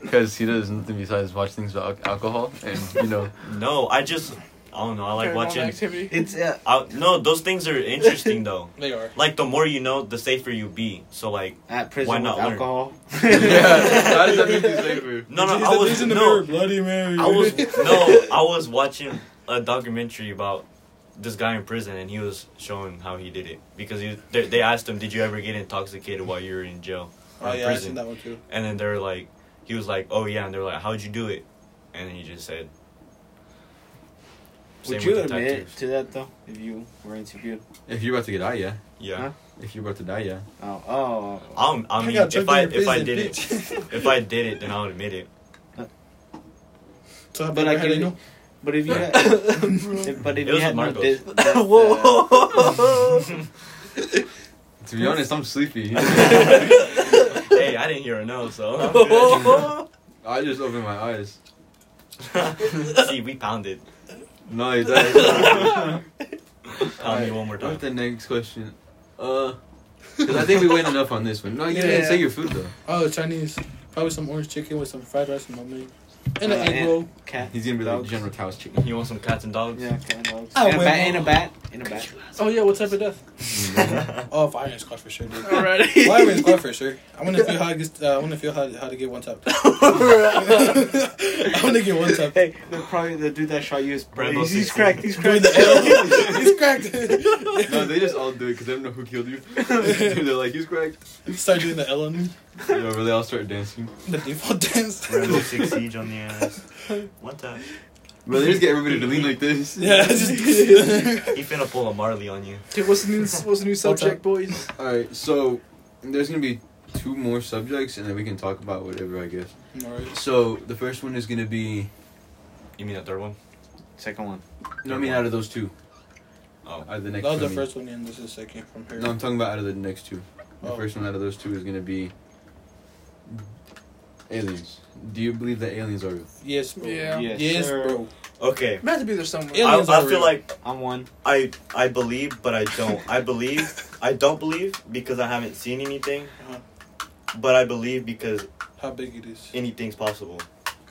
Because he does nothing besides watch things about al- alcohol, and you know, no, I just I don't know. I like Paranormal watching. Activity. It's uh, I, no, those things are interesting though. They are. Like the more you know, the safer you be. So like. at Why prison with not learn? alcohol. how does that make you safer? No, no, He's I the- was he's in the no, mirror, Bloody Mary. Oh, I was no, I was watching a documentary about this guy in prison, and he was showing how he did it because he, they, they asked him, "Did you ever get intoxicated while you were in jail?" or Oh yeah, I prison. seen that one too. And then they're like, he was like, oh yeah, and they're like, how'd you do it? And then he just said, Would with you the admit tattoos. to that though, if you were interviewed? If you're about to get out, yeah. Yeah. Huh? If you're about to die, yeah. Oh, oh, I don't, I I mean, got if took I into if I prison, did it, bitch. if I did it, then I'll admit it. So But I how do you can- know? but if you had, if, but if It you was had no Marcos. dis- death, uh, To be honest, I'm sleepy. hey, I didn't hear a no, so I'm good. I just opened my eyes. See, we pounded. No, it's alright. Pound me one more time. What's the next question? Uh, because I think we went enough on this one. No, you didn't Yeah. say your food though. Oh, Chinese. Probably some orange chicken with some fried rice and homemade. And Uh, an egg and- roll. cat, He's gonna be like dogs. General Tao's chicken. You want some cats and dogs? Yeah, cat and dogs. I Oh. in, a will. bat, in a bat, in a bat. Oh yeah, what type of death? Oh, fireman's squad for sure, dude. Alrighty. Fireman's squad for sure. I want to feel how it gets, uh, I want to feel how, how to get one top. I want to get one top. Hey, the probably the dude that shot you is Rambo he's, he's 16. cracked. He's Doing cracked. the L. He's cracked. no, they just all do it because they don't know who killed you. They're like, he's cracked. Start doing the L on me. You know, they all start dancing. The default dance. Rainbow Six Siege on the ass. What the? Bro, they just get everybody to lean like this. Yeah, just. He finna pull a Marley on you. Dude, what's the new what's the new subject, boys? All right, so there's gonna be two more subjects, and then we can talk about whatever I guess. Alright. So the first one is gonna be. You mean the third one? Second one. No, I mean out of those two. Oh. Out of the That next. was the one. first one, and this is the second from here. No, I'm talking about out of the next two. The Oh. first one out of those two is gonna be aliens. Do you believe that aliens are real? Yes, bro. Yeah. Yes, Yes, sir. bro. Okay. Meant to be there somewhere. Yeah. I, Aliens I are feel real. like I'm one. I I believe, but I don't. I believe. I don't believe because I haven't seen anything. Uh-huh. But I believe because How big it is? anything's possible.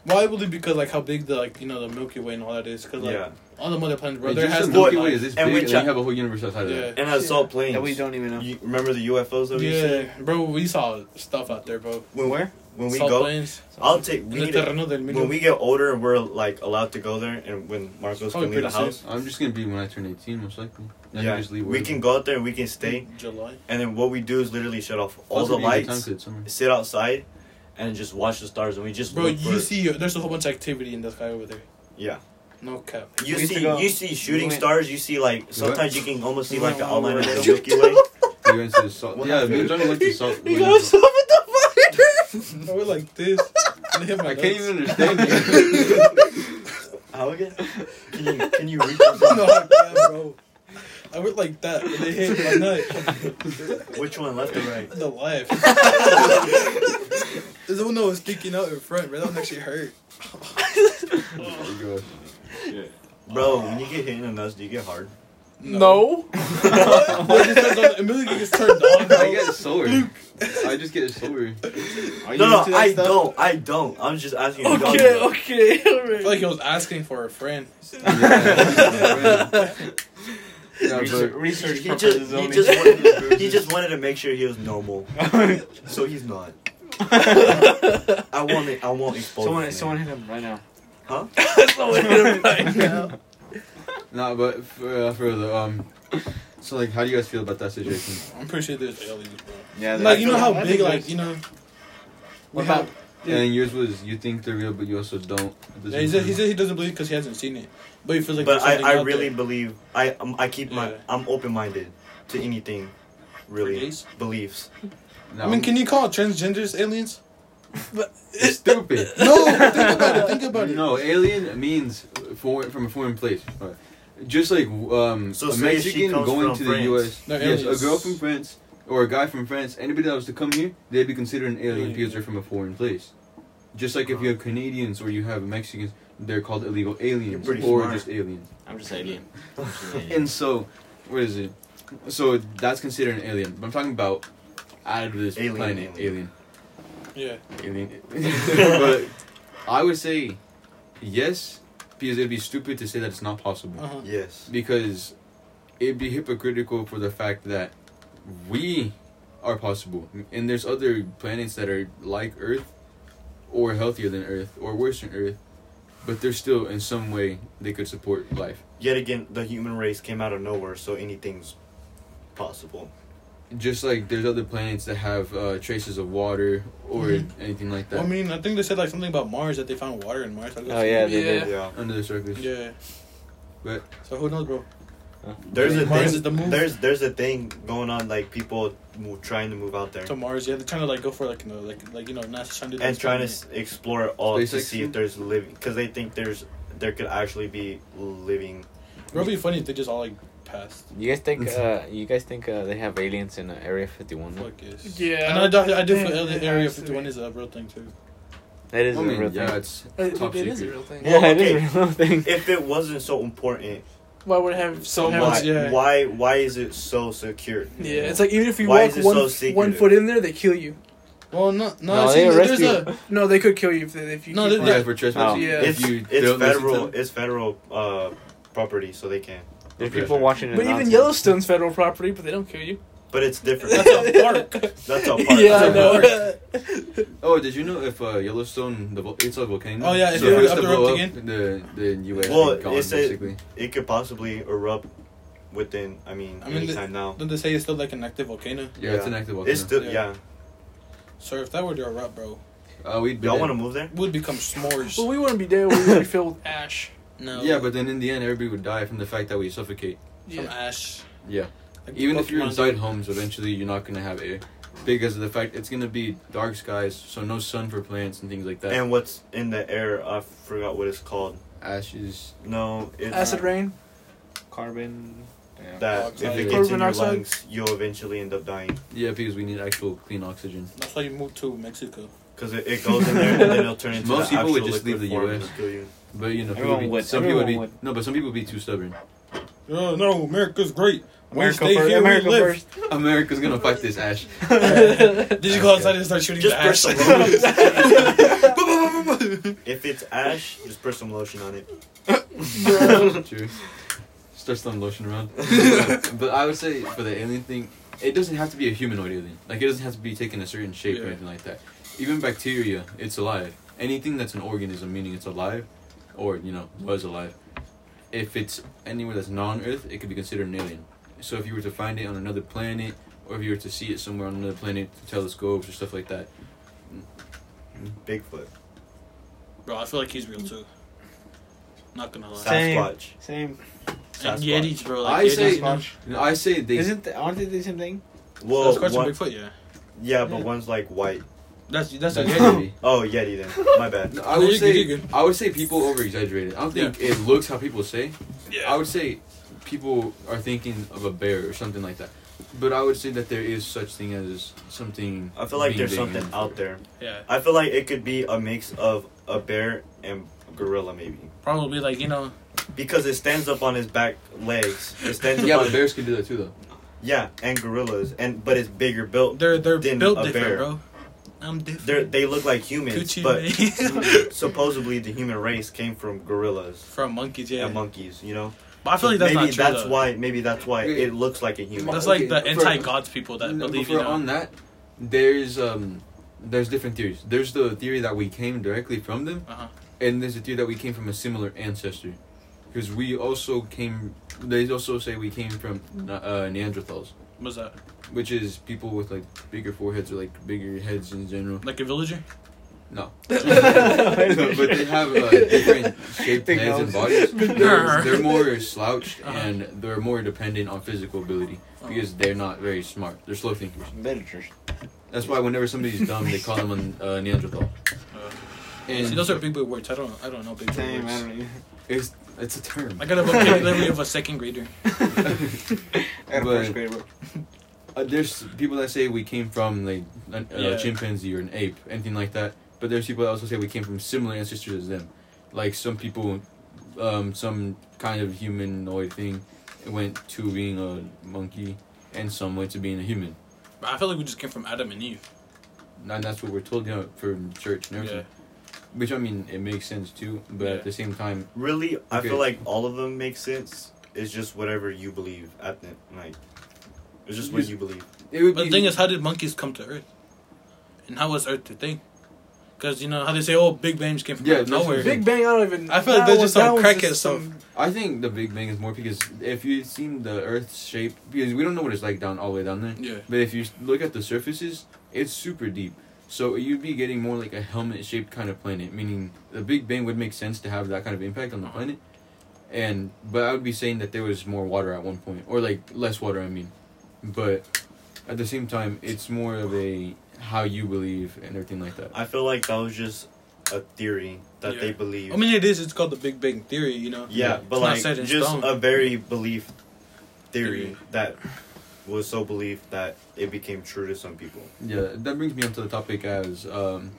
Well, I believe because like how big the like you know the Milky Way and all that is. Cause like yeah. all the mother planets, bro. Like, there just has the to Milky be. Way life. is this and big, we and check- you have a whole universe outside of Yeah. that. And I saw Yeah. planes. That we don't even know. You remember the UFOs that we used to- Yeah, bro, we saw stuff out there, bro. when Where? when we Saw go? planes. I'll take. We In the need to- Terreno del Medio. when we get older and we're like allowed to go there, and when Marcos Probably can leave the pretty soon. house, I'm just gonna be when I turn 18, most likely. Then I yeah, just leave we wherever. can go out there and we can stay. July. And then what we do is literally shut off all Also the be a good lights, time to summer. sit outside, and just watch the stars. And we just Bro, look for- you see, uh, there's a whole bunch of activity in the sky over there. yeah. No cap. You We used to see, go- you see shooting we went- stars. You see like sometimes you can almost see we like went the all outline of over the the- Milky Way. We went to the salt. What yeah, happened? me and Johnny went to salt. You got some at the fire. I went like this. and hit my I can't nuts. even understand you. How again? Can you can you read No, yeah, bro. I went like that, and they hit my nut. which one left or right? The life. There's the one that was sticking out in front, bro. That one actually hurt. Oh, gosh. Bro, when you get hit in the nuts, do you get hard? No. Bro, it just turns on- immediately gets turned on, I bro. get sore. I just get sore. Are you No, into no, that I stuff? don't. I don't. I'm just asking. you. Okay. Okay. I Alright. feel like he was asking for a friend. Yeah. Yeah, Research, but- research He just, purposes he only. just, wanted, he just wanted to make sure he was normal, so he's not. I want it. I want expose. someone, him. someone hit him right now. Nah, but for, uh, for the um, so like, how do you guys feel about that situation? I'm pretty sure there's aliens, bro. Yeah, Like, you know how big, like, you know. What What about- about? And yours was you think they're real, but you also don't. at the Yeah, he same said he time. said he doesn't believe because he hasn't seen it, but he feels like. but there's I, something I out really there. believe I, um, I keep my, Yeah. I'm open minded to anything, really Beliefs? beliefs. Nah, I mean, can you call transgenders aliens? it's stupid. No, think about it. Think about it. No, alien means foreign from a foreign place. Alright. Just like um, So a say she Mexican comes going from to France. the U.S. No, yes, a aliens. girl from France or a guy from France. Anybody that was to come here, they'd be considered an alien Yeah. because they're from a foreign place. Just like if you have Canadians or you have Mexicans, they're called illegal aliens pretty or smart. just aliens. I'm just alien. Oh, And so, what is it? So that's considered an alien. But I'm talking about out of this Alien, planet, alien. alien. Yeah. alien. but I would say yes, because it'd be stupid to say that it's not possible. Uh-huh. Yes. Because it'd be hypocritical for the fact that we are possible, and there's other planets that are like Earth, or healthier than Earth, or worse than Earth, but they're still in some way they could support life. Yet again, the human race came out of nowhere, so anything's possible. just like there's other planets that have uh, traces of water or Mhm. anything like that Well, I mean, I think they said like something about Mars that they found water in Mars. Like, Oh yeah, they they Yeah. did. did. Yeah. under the surface. Yeah. But- so who knows, bro? There's a Mars thing. is the moon. There's there's a thing going on like people move, trying to move out there To Mars, yeah, they're trying to like go for like you know, like like you know, NASA's trying to do and this trying to thing. s- explore it all to SpaceX see if thing? there's living because they think there's there could actually be living. It would be funny if they just all like passed. You guys think? Uh, you guys think uh, they have aliens in uh, Area 51? now? Fuck yes. Yeah. And I do, I do feel Yeah, the it Area has to 51 be. is a real thing too. That is I a mean, real yeah, thing. it's It, top it is a secret. real thing. Well, Yeah, it is okay. a real thing. If it wasn't so important, Why would it have So so much? why, much, yeah. why why is it so secure? Yeah, it's like even if you Why walk is it so one, one secretive? foot in there, they kill you. Well, no, No, no, I've they seen that arrest there's you. a No, they could kill you if they, if you. No, keep they- on- Yeah, for trespassing. Yeah. Oh, It's, If you it's don't listen to federal. them. It's federal uh, property, so they can. There's Okay. people watching it. But even nonsense. Yellowstone's federal property, but they don't kill you. But it's different. That's a park. That's a park. yeah, I That's a park. know. Oh, did you know if uh, Yellowstone, the vol- it's a volcano. Oh, yeah, if so it if would it's to erupt blow up, again. the the U.S. Well, is gone it's a- basically. It could possibly erupt within. I mean, I mean, the- anytime now. Don't they say it's still like an active volcano? yeah, it's an active volcano. It's still yeah. Yeah. Sir, if that were to erupt, bro, uh, we'd be Y'all dead. want to move there? it would become s'mores. Well, we wouldn't be dead. We would be filled with ash. no. Yeah, but then in the end, everybody would die from the fact that we suffocate. some Yeah. ash. Yeah. Like Even if you're Pokemon. inside homes, eventually you're not gonna have air because of the fact it's gonna be dark skies, so no sun for plants and things like that. And what's in the air? I forgot what it's called. Ashes. No, it's Acid rain. Carbon. Yeah. that if Oxide. it gets Carbon in your oxide? lungs, you'll eventually end up dying Yeah, because we need actual clean oxygen. That's why you move to Mexico. because it, it goes in there and then it'll turn into. Most the people would actual just leave liquid the form US. and kill you. But you know, people Everyone be- would. some people would be Everyone would. no, but some people would be too stubborn. Oh, no, America's great. America stay first. here, we America live. first. America's gonna fight this ash. Did you go outside and start shooting Just the burst ash? some lotion. if it's ash, just put some lotion on it. True. Start some lotion around. but I would say for the alien thing, it doesn't have to be a humanoid alien. Like it doesn't have to be taking a certain shape Yeah. or anything like that. Even bacteria, it's alive. Anything that's an organism, meaning it's alive, or you know was alive. If it's anywhere that's non-Earth, it could be considered an alien. So if you were to find it on another planet, or if you were to see it somewhere on another planet, through telescopes or stuff like that. Bigfoot, Bro, I feel like he's real too. Not gonna lie. Same. Sasquatch, Same. And Sasquatch. Yetis, bro. Like I Yetis, say- you know? You know, I say they. Isn't the, aren't they the same thing? Well, Sasquatch one- and Bigfoot, yeah. yeah, but Yeah. one's like white. That's that's, that's a Yeti. creepy. Oh, Yeti then. My bad. No, I No, would you're good, say you're good. I would say people over exaggerate it. I don't think it looks how people say. I would say people are thinking of a bear or something like that. But I would say that there is such thing as something. I feel like being there's big something and- out there. Yeah. I feel like it could be a mix of a bear and gorilla, maybe. Probably like, you know, Because it stands up on his back legs. It stands Yeah, up but on bears can do that too, though. Yeah, and gorillas. and But it's bigger built. they're they're Then built a different, bear. bro. I'm They're, different. they look like humans, Coochie but man. supposedly the human race came from gorillas From monkeys, yeah. and monkeys, you know? but I feel like that's maybe not true. that's though. why maybe that's why Okay. it looks like a human. That's Okay, like the for- anti gods people that No, but believe uh, for- you know. on that, there's um, there's different theories. There's the theory that we came directly from them, Uh-huh. and there's a theory that we came from a similar ancestor, because we also came. They also say we came from uh, Neanderthals, What's that? which is people with like bigger foreheads or like bigger heads in general. Like a villager? No. no but they have uh, different shaped heads and bodies. They're, they're more slouched Uh-huh. Oh. and they're more dependent on physical ability because they're not very smart. They're slow thinkers. Villagers. That's why whenever somebody's dumb, they call them a uh, Neanderthal. And See, those are big boy words. I don't I don't know big boy Same. I words. don't even- it's, it's a term. I got a vocabulary of a second grader. I got a But- first grade book. Uh, there's people that say we came from like an, a Yeah. chimpanzee or an ape, anything like that. But there's people that also say we came from similar ancestors as them. Like some people, um, some kind of humanoid thing went to being a monkey, and some went to being a human. But I feel like we just came from Adam and Eve. And that's what we're told, you know, from church and everything. Yeah. Which I mean, it makes sense too. But Yeah. at the same time, Really, I Okay. feel like all of them make sense. It's just whatever you believe at the like. It's just what you believe. it would But be the thing is, how did monkeys come to Earth? And how was Earth a thing? Because you know how they say, oh, Big Bang just came from Yeah, out of that's nowhere. Big Bang, I don't even. I feel like that they was- just don't that was crack just it, so- some- I think the Big Bang is more because if you've seen the Earth's shape, because we don't know what it's like down all the way down there. Yeah. But if you look at the surfaces, it's super deep. So you'd be getting more like a helmet shaped kind of planet, meaning the Big Bang would make sense to have that kind of impact on the planet. And but I would be saying that there was more water at one point, or like less water, I mean. But at the same time, it's more of a how you believe and everything like that. I feel like that was just a theory that Yeah. they believe. I mean, it is. It's called the Big Bang Theory, you know? yeah, but It's not like set in just stone. a very belief theory Theory. that was so believed that it became true to some people. Yeah, that brings me onto the topic as um,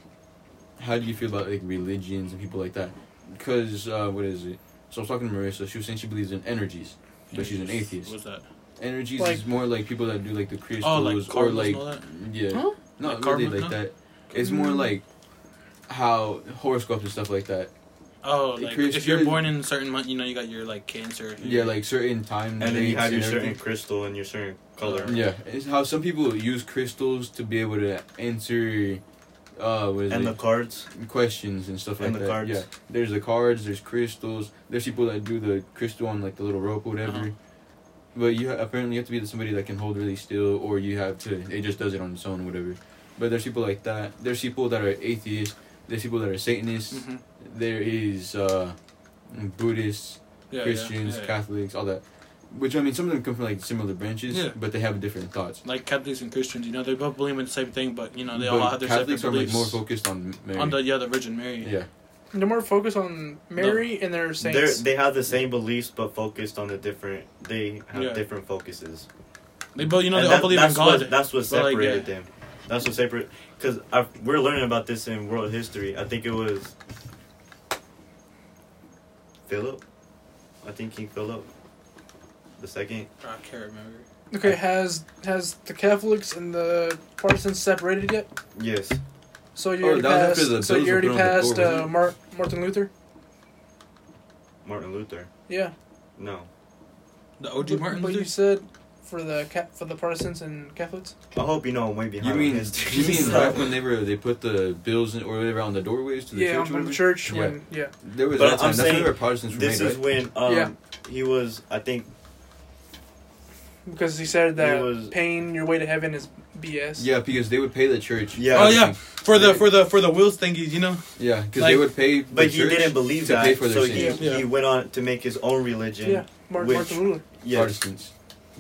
how do you feel about like religions and people like that? Because uh, what is it? So I was talking to Marissa. She was saying she believes in energies, but she's an atheist. What's that? Energies Like- is more like people that do like the crystals Oh, like or karmas like and all that? yeah, Huh? Mm. not Like really karma, like no? that. It's more like how horoscopes and stuff like that. Oh, It like creates if you're fear. born in a certain month, you know, you got your like cancer. Yeah, like certain time. And then you dates have your certain everything. crystal and your certain color. Yeah, it's how some people use crystals to be able to answer. Uh, what is And it? the cards. questions and stuff like And the that. cards. Yeah, there's the cards. There's crystals. There's people that do the crystal on like the little rope or whatever. Uh-huh. But you ha- apparently you have to be somebody that can hold really still, or you have to. It just does it on its own, whatever. But there's people like that. There's people that are atheists. There's people that are Satanists. hmm There is uh, Buddhists, yeah, Christians, yeah, yeah. Catholics, all that. Which I mean, some of them come from like similar branches, Yeah. but they have different thoughts. Like Catholics and Christians, you know, they both believe in the same thing, but you know, they But all have their Catholics are separate like beliefs. more focused on Mary. on the yeah, the Virgin Mary. yeah, They're more focused on Mary and their They saints. they have the same beliefs but focused on the different. They have Yeah. different focuses. They both, you know, And they that- all believe in that's God. What, that's what But, like, separated yeah. them. That's what separate. Because we're learning about this in world history. I think it was Philip. I think King Philip the second. I can't remember. okay, has has the Catholics and the Protestants separated yet? Yes. So you Oh, already that was after passed. the so bills were you already put on the floor, passed wasn't uh, it? Mar- Martin Luther. Martin Luther. Yeah. No. The OG Martin But you Luther. said for the ca- for the Protestants and Catholics. I hope you know I'm way You behind. mean on history. you mean So- back when they were they put the bills in, or whatever on the doorways to the yeah, church? on the whatever? church Yeah. when yeah. There was But that I'm time. That's saying whenever Protestants were This made, is right? when um, Yeah. he was. I think Because he said that It was- paying your way to heaven is BS. Yeah, because they would pay the church. Yeah. Oh yeah, for the for the for the wills thingies, you know. yeah, because Like- they would pay. the But he church didn't believe to pay that, for their so he, sins. Yeah. he went on to make his own religion. Yeah. Mar- Which- Martin Luther. Yes. Protestants.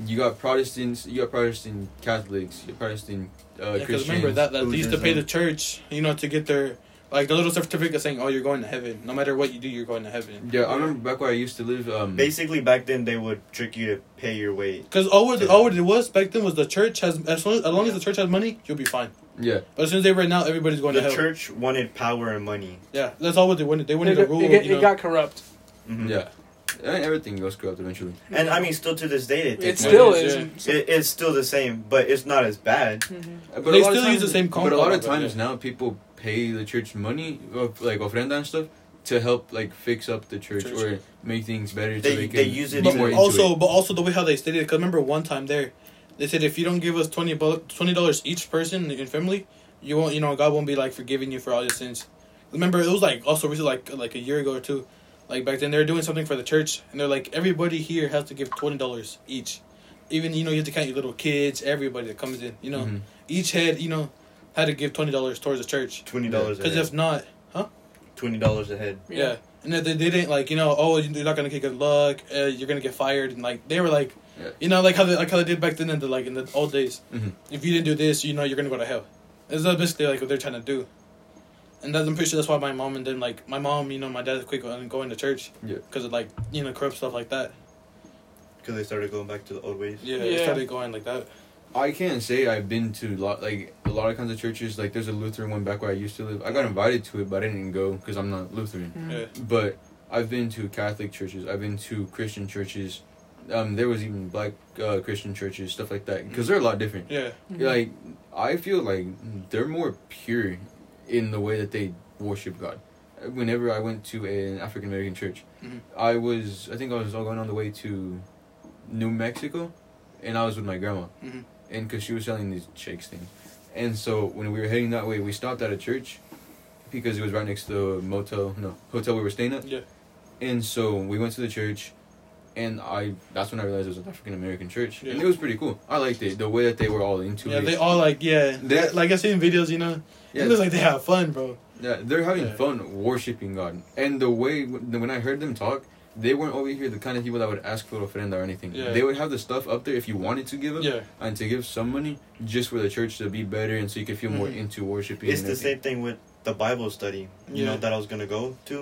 You got Protestants. You got Protestant Catholics. You got Protestant uh, yeah, because Christians. remember that that they used to pay the Buddhism. church, you know, to get their like the little certificate saying, "Oh, you're going to heaven. No matter what you do, you're going to heaven." Yeah, I remember back where I used to live. Um, Basically, back then they would trick you to pay your way. Because all what all what it was back then was the church has as long as, as long as the church has money, you'll be fine. yeah, But as soon as they ran out, everybody's going The to hell. church wanted power and money. Yeah, that's all what they wanted. They It, wanted got- a it rule. got- you know? it got corrupt. Mm-hmm. Mhm. yeah. And everything goes corrupt eventually. And I mean, still to this day, they think It It's money still yeah. is. Mm-hmm. It, it's still the same, but it's not as bad. But They a lot of still use times- the same But a lot of compound, but times now, people pay the church money, uh, like ofrenda and stuff, to help like fix up the church, or Church. make things better. They- so they, they can use it be But to- more into also, it. but also the way how they stated it. Because remember one time there, they said if you don't give us twenty dollars each person in family, you won't. You know, God won't be like forgiving you for all your sins. Remember, it was like also recently, like like a year ago or two, like back then they were doing something for the church, and they're like everybody here has to give twenty dollars each. Even you know you have to count your little kids, everybody that comes in. You know, Mm-hmm. Mhm. each head you know had to give twenty dollars towards the church. Twenty dollars a Because head. if not, Twenty dollars a head. yeah. And that they didn't like you know oh you're not gonna get good luck uh, you're gonna get fired and like they were like Yeah. you know like how they like how they did back then in the like in the old days Mhm. if you didn't do this you know you're gonna go to hell. It's not basically like what they're trying to do. And that's, I'm pretty sure that's why my mom and then like my mom you know my dad quick on going to church Yeah. because of like you know corrupt stuff like that Because they started going back to the old ways. yeah, Yeah. they started going like that I can't say I've been to lot like a lot of kinds of churches. Like there's a Lutheran one back where I used to live. I got invited to it, but I didn't go because I'm not Lutheran. Mm-hmm. yeah Mm-hmm. But I've been to Catholic churches. I've been to Christian churches. Um, there was even black uh, Christian churches, stuff like that, Mm-hmm. because they're a lot different. yeah Like I feel like they're more pure in the way that they worship God. Whenever I went to an African American church, Mhm. I was I think I was all going on the way to New Mexico, and I was with my grandma, Mhm. and because she was selling these shakes things, and so when we were heading that way, we stopped at a church, because it was right next to the motel, no hotel we were staying at. Yeah. And so we went to the church, and I that's when I realized it was an African American church, and Yeah. it was pretty cool. I liked it the way that they were all into Yeah, it. they all like yeah. They- like I see in videos, you know, yeah, it looks like they have fun, bro. yeah, they're having Yeah. fun worshiping God, and the way when I heard them talk. They weren't over here the kind of people that would ask for ofrenda or anything. Yeah. They would have the stuff up there if you wanted to give them Yeah, and to give some money just for the church to be better and so you can feel more Mhm. into worshiping. It's and the everything. same thing with the Bible study, you Yeah. know, that I was gonna go to.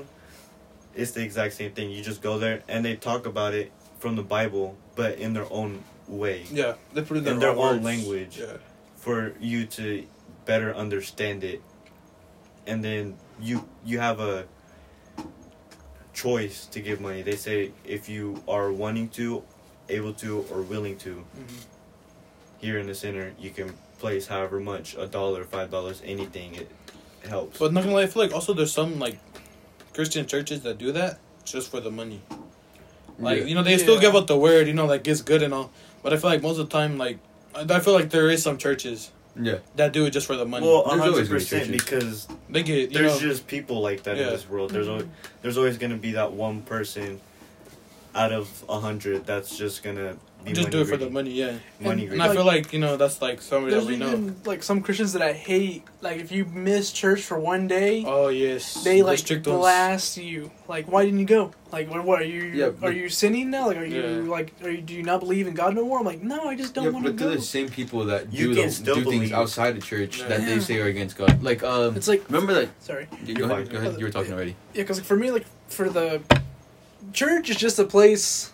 It's the exact same thing. You just go there and they talk about it from the Bible, but in their own way, yeah. They put it in their own words. language, Yeah, for you to better understand it. And then you you have a choice to give money. They say if you are wanting to, able to, or willing to. Mhm. Here in the center, you can place however much a dollar, five dollars, anything. It helps. but not gonna lie, I feel like also there's some like Christian churches that do that just for the money. Like Yeah. you know, they still Yeah. give out the word, you know, like it's good and all. But I feel like most of the time, like I I feel like there is some churches Yeah, that do it just for the money. Well, There's always hundred gonna be percent churches. because they get you there's know, just people like that Yeah. Mm-hmm. in this world. There's always, there's always gonna be that one person out of a hundred that's just gonna be just money do it for greedy. the money. Yeah, Money And- and greedy. I feel like you know that's like somebody that There's we know. even like some Christians that I hate. Like if you miss church for one day, Oh yes, they The like strict ones. blast you. Like why didn't you go? Like what? what are you? Yeah, are but- you sinning now? Like are you Yeah. like are you? Do you not believe in God no more? I'm like no, I just don't yeah want to but go. they're the same people that You do, can the, still do things believe. outside the church Yeah. that they Yeah. say are against God. Like, um, It's like remember that? sorry. Yeah, yeah, You're Go ahead, fine. go ahead. You were talking already. because for me, like for the church is just a place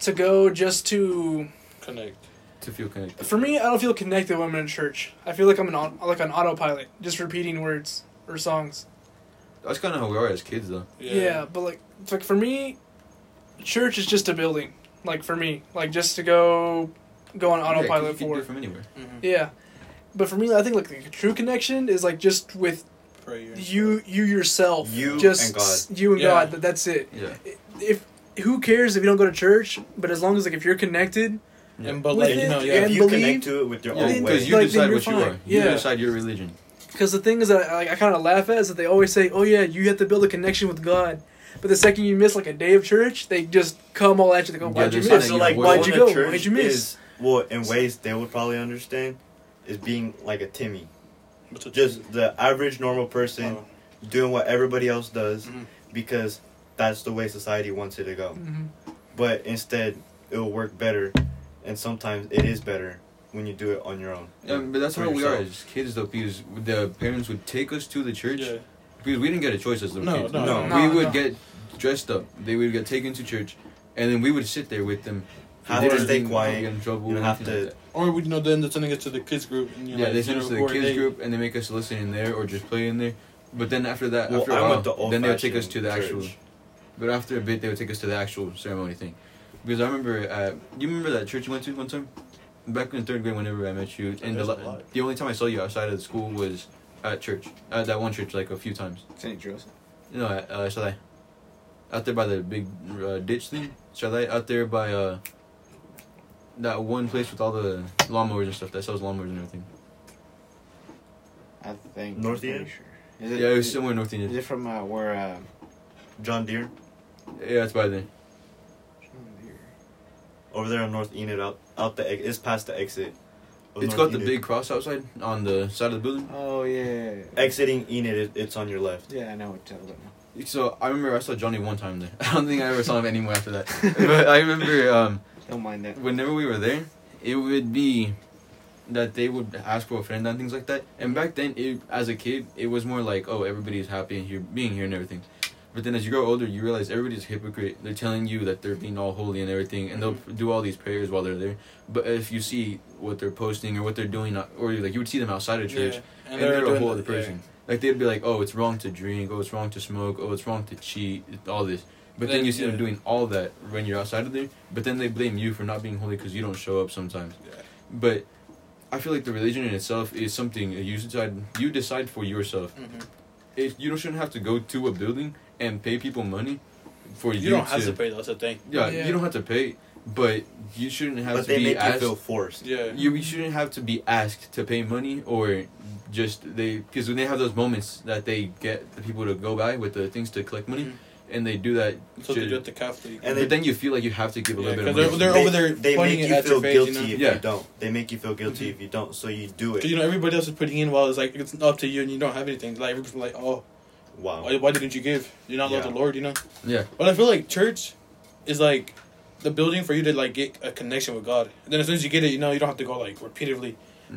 to go just to connect. To feel connected. For me, I don't feel connected when I'm in church. I feel like I'm an on, like an autopilot, just repeating words or songs. That's kind of how we are as kids, though. Yeah, but like, it's like for me, church is just a building. Like for me, like just to go, go on Yeah, 'cause you autopilot can do for. it from anywhere. Mhm. yeah, but for me, I think like the true connection is like just with Prayer. you, you yourself, You just and God. s- you and Yeah. God. That that's it. Yeah, If who cares if you don't go to church? But as long as like if you're connected, and but With like you it, know yeah. and if you believe- connect to it with your yeah, own then- because way, you like, then decide you're what you fine. are. You Yeah. decide your religion. Because the thing is that I, like, I kind of laugh at is that they always say, "Oh yeah, you have to build a connection with God," but the second you miss like a day of church, they just come all at you. They go, Yeah, "Why'd they you say miss?" that so you like avoid going Why'd you to go? church Why'd you miss? is well in ways they would probably understand is being like a Timmy, What's the- just the average normal person Oh. doing what everybody else does Mm-hmm. Mhm. because that's the way society wants it to go. Mhm. But instead, it will work better, and sometimes it is better when you do it on your own. Yeah, but that's For how we are yourself. as kids, though, because the parents would take us to the church Yeah. because we didn't get a choice as little No, kids. no, No. no. we would No. get dressed up. They would get taken to church, and then we would sit there with them. Have They to didn't stay get quiet. in trouble. You don't have anything to- like that. Or we you know then they're sending it to the kids group. And, you know, Yeah, like, they send you us to the know, who are kids they? group and they make us listen in there or just play in there. But then after that, Well, after I a went to while, then they'll take us to old-fashioned the actual. church. But after a bit, they would take us to the actual ceremony thing, because I remember. Uh, you remember that church you went to one time, back in third grade. Whenever I met you, and the, There's a la- lot. the only time I saw you outside of the school was at church. At that one church, like a few times. St. Joseph. No, at, uh, Shalai. Out there by the big uh, ditch thing. Shalai. Out there by uh, that one place with all the lawnmowers and stuff that sells lawnmowers and everything. I think. North I'm End? pretty Sure. Is it, Yeah, it was somewhere north Is Indian. it from uh, where? Uh, John Deere Yeah, it's by there. over there on North Enid, out out the ex- it's past the exit. of It's Oh, North got the Enid. big cross outside on the side of the building. Oh yeah. exiting Enid. It, it's on your left. Yeah, I know what you're talking about. So I remember I saw Johnny one time there. I don't think I ever saw him anymore after that. But I remember um, Don't mind that. whenever we were there, it would be that they would ask for a friend and things like that. And back then, it, as a kid, it was more like, oh, everybody's happy and here being here and everything. But then as you grow older, you realize everybody's a hypocrite. They're telling you that they're being all holy and everything, and they'll do all these prayers while they're there. But if you see what they're posting or what they're doing, uh, or like you would see them outside of Yeah. church, and, they're, a doing whole the- other person. Like they'd be like, "Oh, it's wrong to drink. Oh, it's wrong to smoke. Oh, it's wrong to cheat. it- All this." But then, Then, you see them yeah. doing all that when you're outside of there. But then they blame you for not being holy because you don't show up sometimes. Yeah. But I feel like the religion in itself is something you decide. You decide for yourself. Yeah. Mhm. If you don't shouldn't have to go to a building and pay people money for You, you, don't have to to pay. That's the thing. yeah, Yeah. you don't have to pay. but you shouldn't have But to they be make you asked. feel forced. Yeah. you, you shouldn't have to be asked to pay money or just they because when they have those moments that they get the people to go by with the things to collect money Mhm. and they do that So they ju- do at the Catholic. League. And but they- then you feel like you have to give a Yeah, little bit 'cause of money they're- they, over there They pointing make it you at feel your face, you guilty know? if Yeah. you don't. They make you feel guilty if you don't. So you do it. Cause you know everybody else is putting in while it's like it's up to you and you don't have anything. Like everybody's like, oh, wow. why, why didn't you give? You're not like Yeah. the Lord, you know. yeah But I feel like church is like the building for you to like get a connection with God. And then as soon as you get it, you know you don't have to go like repeatedly.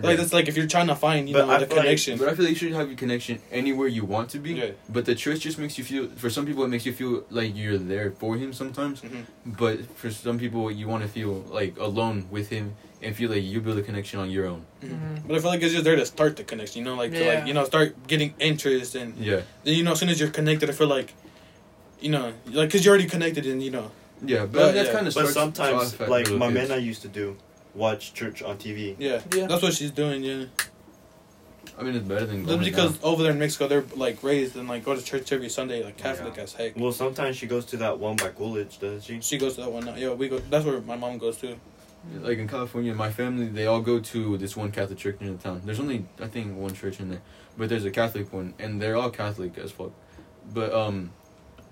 Like that's like if you're trying to find you But know I the feel like- connection. But I feel like you should have your connection anywhere you want to be. Yeah. But the church just makes you feel. For some people, it makes you feel like you're there for him sometimes. Mhm. But for some people, you want to feel like alone with him and feel like you build a connection on your Mm-hmm. own. Mhm. But I feel like it's just there to start the connection, you know, like to Yeah. like you know start getting interest and Yeah. then you know as soon as you're connected, I feel like, you know, like because you're already connected and you know Yeah. But But, that's yeah. kind of. but sometimes, like my man, I used to do, watch church on TV. yeah, Yeah. that's what she's doing yeah. I mean, it's better than. That's going because now. over there in Mexico they're like raised and like go to church every Sunday like Catholic as heck. Well, sometimes she goes to that one by Coolidge, doesn't she? She goes to that one now. Yeah, we go. That's where my mom goes to. Like in California, my family they all go to this one Catholic church near the town. There's only I think one church in there, but there's a Catholic one, and they're all Catholic as fuck. But um,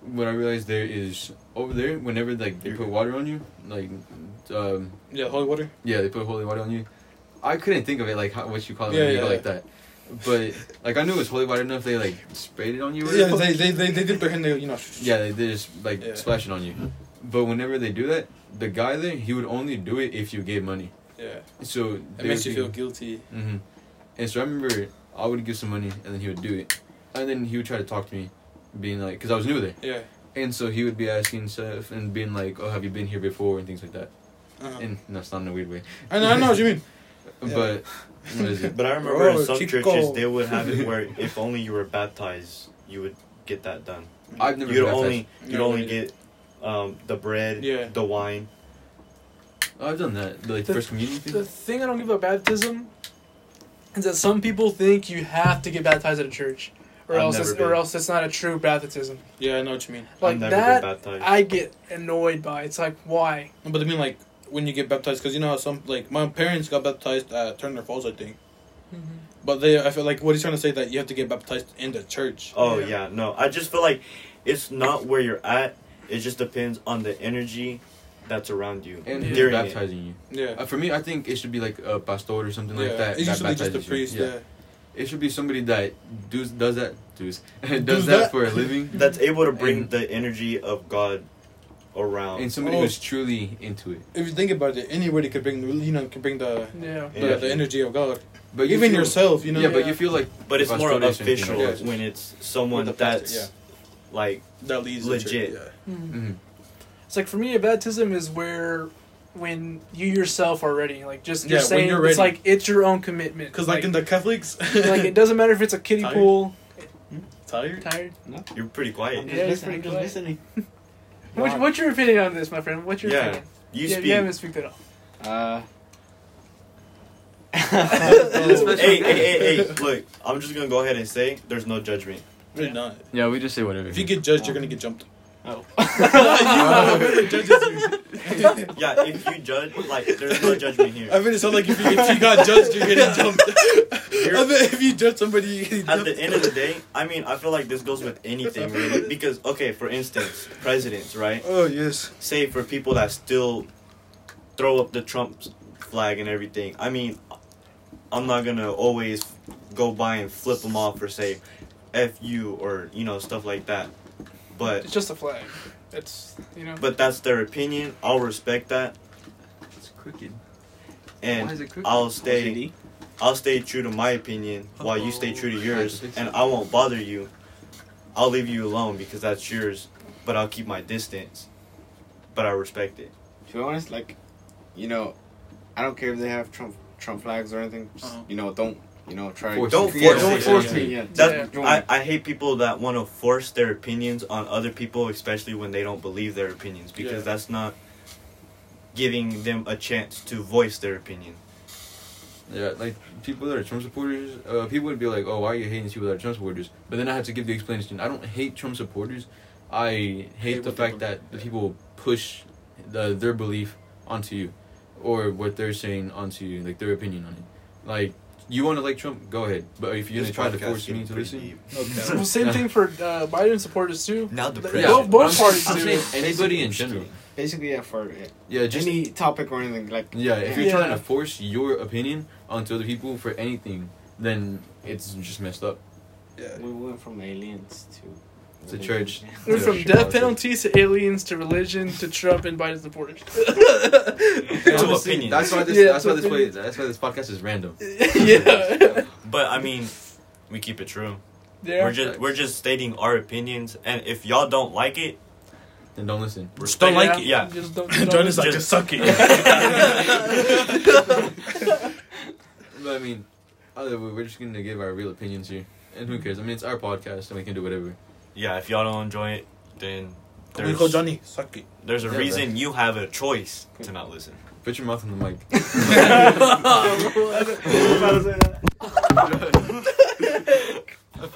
what I realized there is over there, whenever like they put water on you, like um, Yeah, holy water. yeah, they put holy water on you. I couldn't think of it like how, what you call it Yeah, when you yeah, go like yeah. that, but like I knew it was holy water enough. They like sprayed it on you. or Yeah, whatever. they they they, they dip their hand. They you know. Yeah, they, they just like Yeah. splash it on you. But whenever they do that, the guy there he would only do it if you gave money. Yeah, So it makes you feel guilty. hmm And so I remember I would give some money, and then he would do it, and then he would try to talk to me, being like, because I was new there, Yeah. and so he would be asking stuff and being like, "Oh, have you been here before?" and things like that. Uh-huh. And that's not in a weird way, I know. I know what you mean. Yeah. but what is it? But I remember Bro, in some Chico. churches they would have it where if only you were baptized, you would get that done. I've never You'd been baptized. only you'd No, only we- get um, the bread, Yeah. the wine. Oh, I've done that, the, like The- first communion The thing. thing I don't give about baptism is that some people think you have to get baptized at a church, or I've else never it's, been. or else it's not a true baptism. Yeah, I know what you mean. Like I've never that, been baptized. I get annoyed by. It's like why? No, But I mean like when you get baptized, because you know how some like my parents got baptized at Turner Falls, I think. Mm-hmm. But they, I feel like what he's trying to say that you have to get baptized in the church. oh Yeah. yeah. no. I just feel like it's not where you're at. It just depends on the energy that's around you. And Yeah. he's During it. baptizing you. Yeah. Uh, for me, I think it should be like a pastor or something yeah. like that. it's that usually just the baptizes you. priest. Yeah. It should be somebody that does does that does, does Does that, that? for a living, That's able to bring And- the energy of God around. and somebody Oh. who's truly into it. If you think about it, anybody could bring the you know could bring the Yeah. Yeah. the, the energy of God. But you Even feel- yourself, you know. yeah, but yeah. you feel like but it's If I more started something, official yeah, just- when it's someone With the pastor, that's yeah. like that leads Legit. The church. mhm. It's like for me, a baptism is where when you yourself are ready, like just Yeah, you're when saying you're it's ready. like it's your own commitment. Because like, in the Catholics, like it doesn't matter if it's a kiddie Tired? pool. tired. Tired. you're pretty quiet. Yeah, it's pretty good. What, Wow. what's your opinion on this, my friend? What's your Yeah. opinion? You yeah, speak. you haven't speak at all. Uh, hey, hey, hey, hey! Look, I'm just gonna go ahead and say there's no judgment. Really not. yeah, we just say whatever. If you get judged, you're gonna get jumped. oh. Yeah, if you judge, like there's no judgment I here. mean, it sounds like if you, if you got judged, you're getting jumped. I You're- mean, if you judge somebody, you get At jumped. the end of the day, I mean, I feel like this goes with anything, really. Because okay, for instance, presidents, right? oh yes. Say for people that still throw up the Trump flag and everything. I mean, I'm not gonna always go by and flip them off or say "f you" or you know stuff like that. But It's just a flag. It's you know. but that's their opinion. I'll respect that, it's crooked. Why and is it crooked? I'll stay. I'll stay true to my opinion while you stay true to yours, and I won't bother you. I'll leave you alone because that's yours, but I'll keep my distance. But I respect it. To be honest, like, you know, I don't care if they have Trump Trump flags or anything. Just, Uh-huh. You know, don't you know try. Force Don't me. force don't it. force Yeah. me. Yeah, That don't- I, I hate people that want to force their opinions on other people, especially when they don't believe their opinions, because Yeah. that's not giving them a chance to voice their opinion. Yeah, like people that are Trump supporters, uh, people would be like, "Oh, why are you hating these people that are Trump supporters?" But then I have to give the explanation. I don't hate Trump supporters. I hate Hate the what fact they that the people push the, their belief onto you, or what they're saying onto you, like their opinion on it. Like you want to like Trump, go ahead. But if you're This gonna try to podcast force getting me to pretty listen, deep. Well, same Yeah. thing for uh, Biden supporters too. Now They- depression. Both, both I'm- parties I'm do. saying anybody in general. Basically, yeah, for uh, Yeah, just any topic or anything like. yeah. If you're Yeah. trying to force your opinion onto other people for anything, then it's just messed up. We went from aliens to. To church. We're Yeah, from shit, death honestly. penalties to aliens to religion to Trump and Biden supporters. Two Honestly, opinions. That's why this. Yeah, that's why this. Way, opinions. that's why this podcast is random. yeah. But I mean, we keep it true. Yeah. We're just we're just stating our opinions, and if y'all don't like it, Then don't listen. just don't like it. Yeah. Just don't, John is don't- like, Just- just suck it. But I mean, either way, we're just gonna give our real opinions here, and who cares? I mean, it's our podcast, and we can do whatever. Yeah, if y'all don't enjoy it, then we call there's, Johnny, suck it. there's a Yeah, reason you have a choice to not listen. Put your mouth on the mic. I was about to say that. Josh.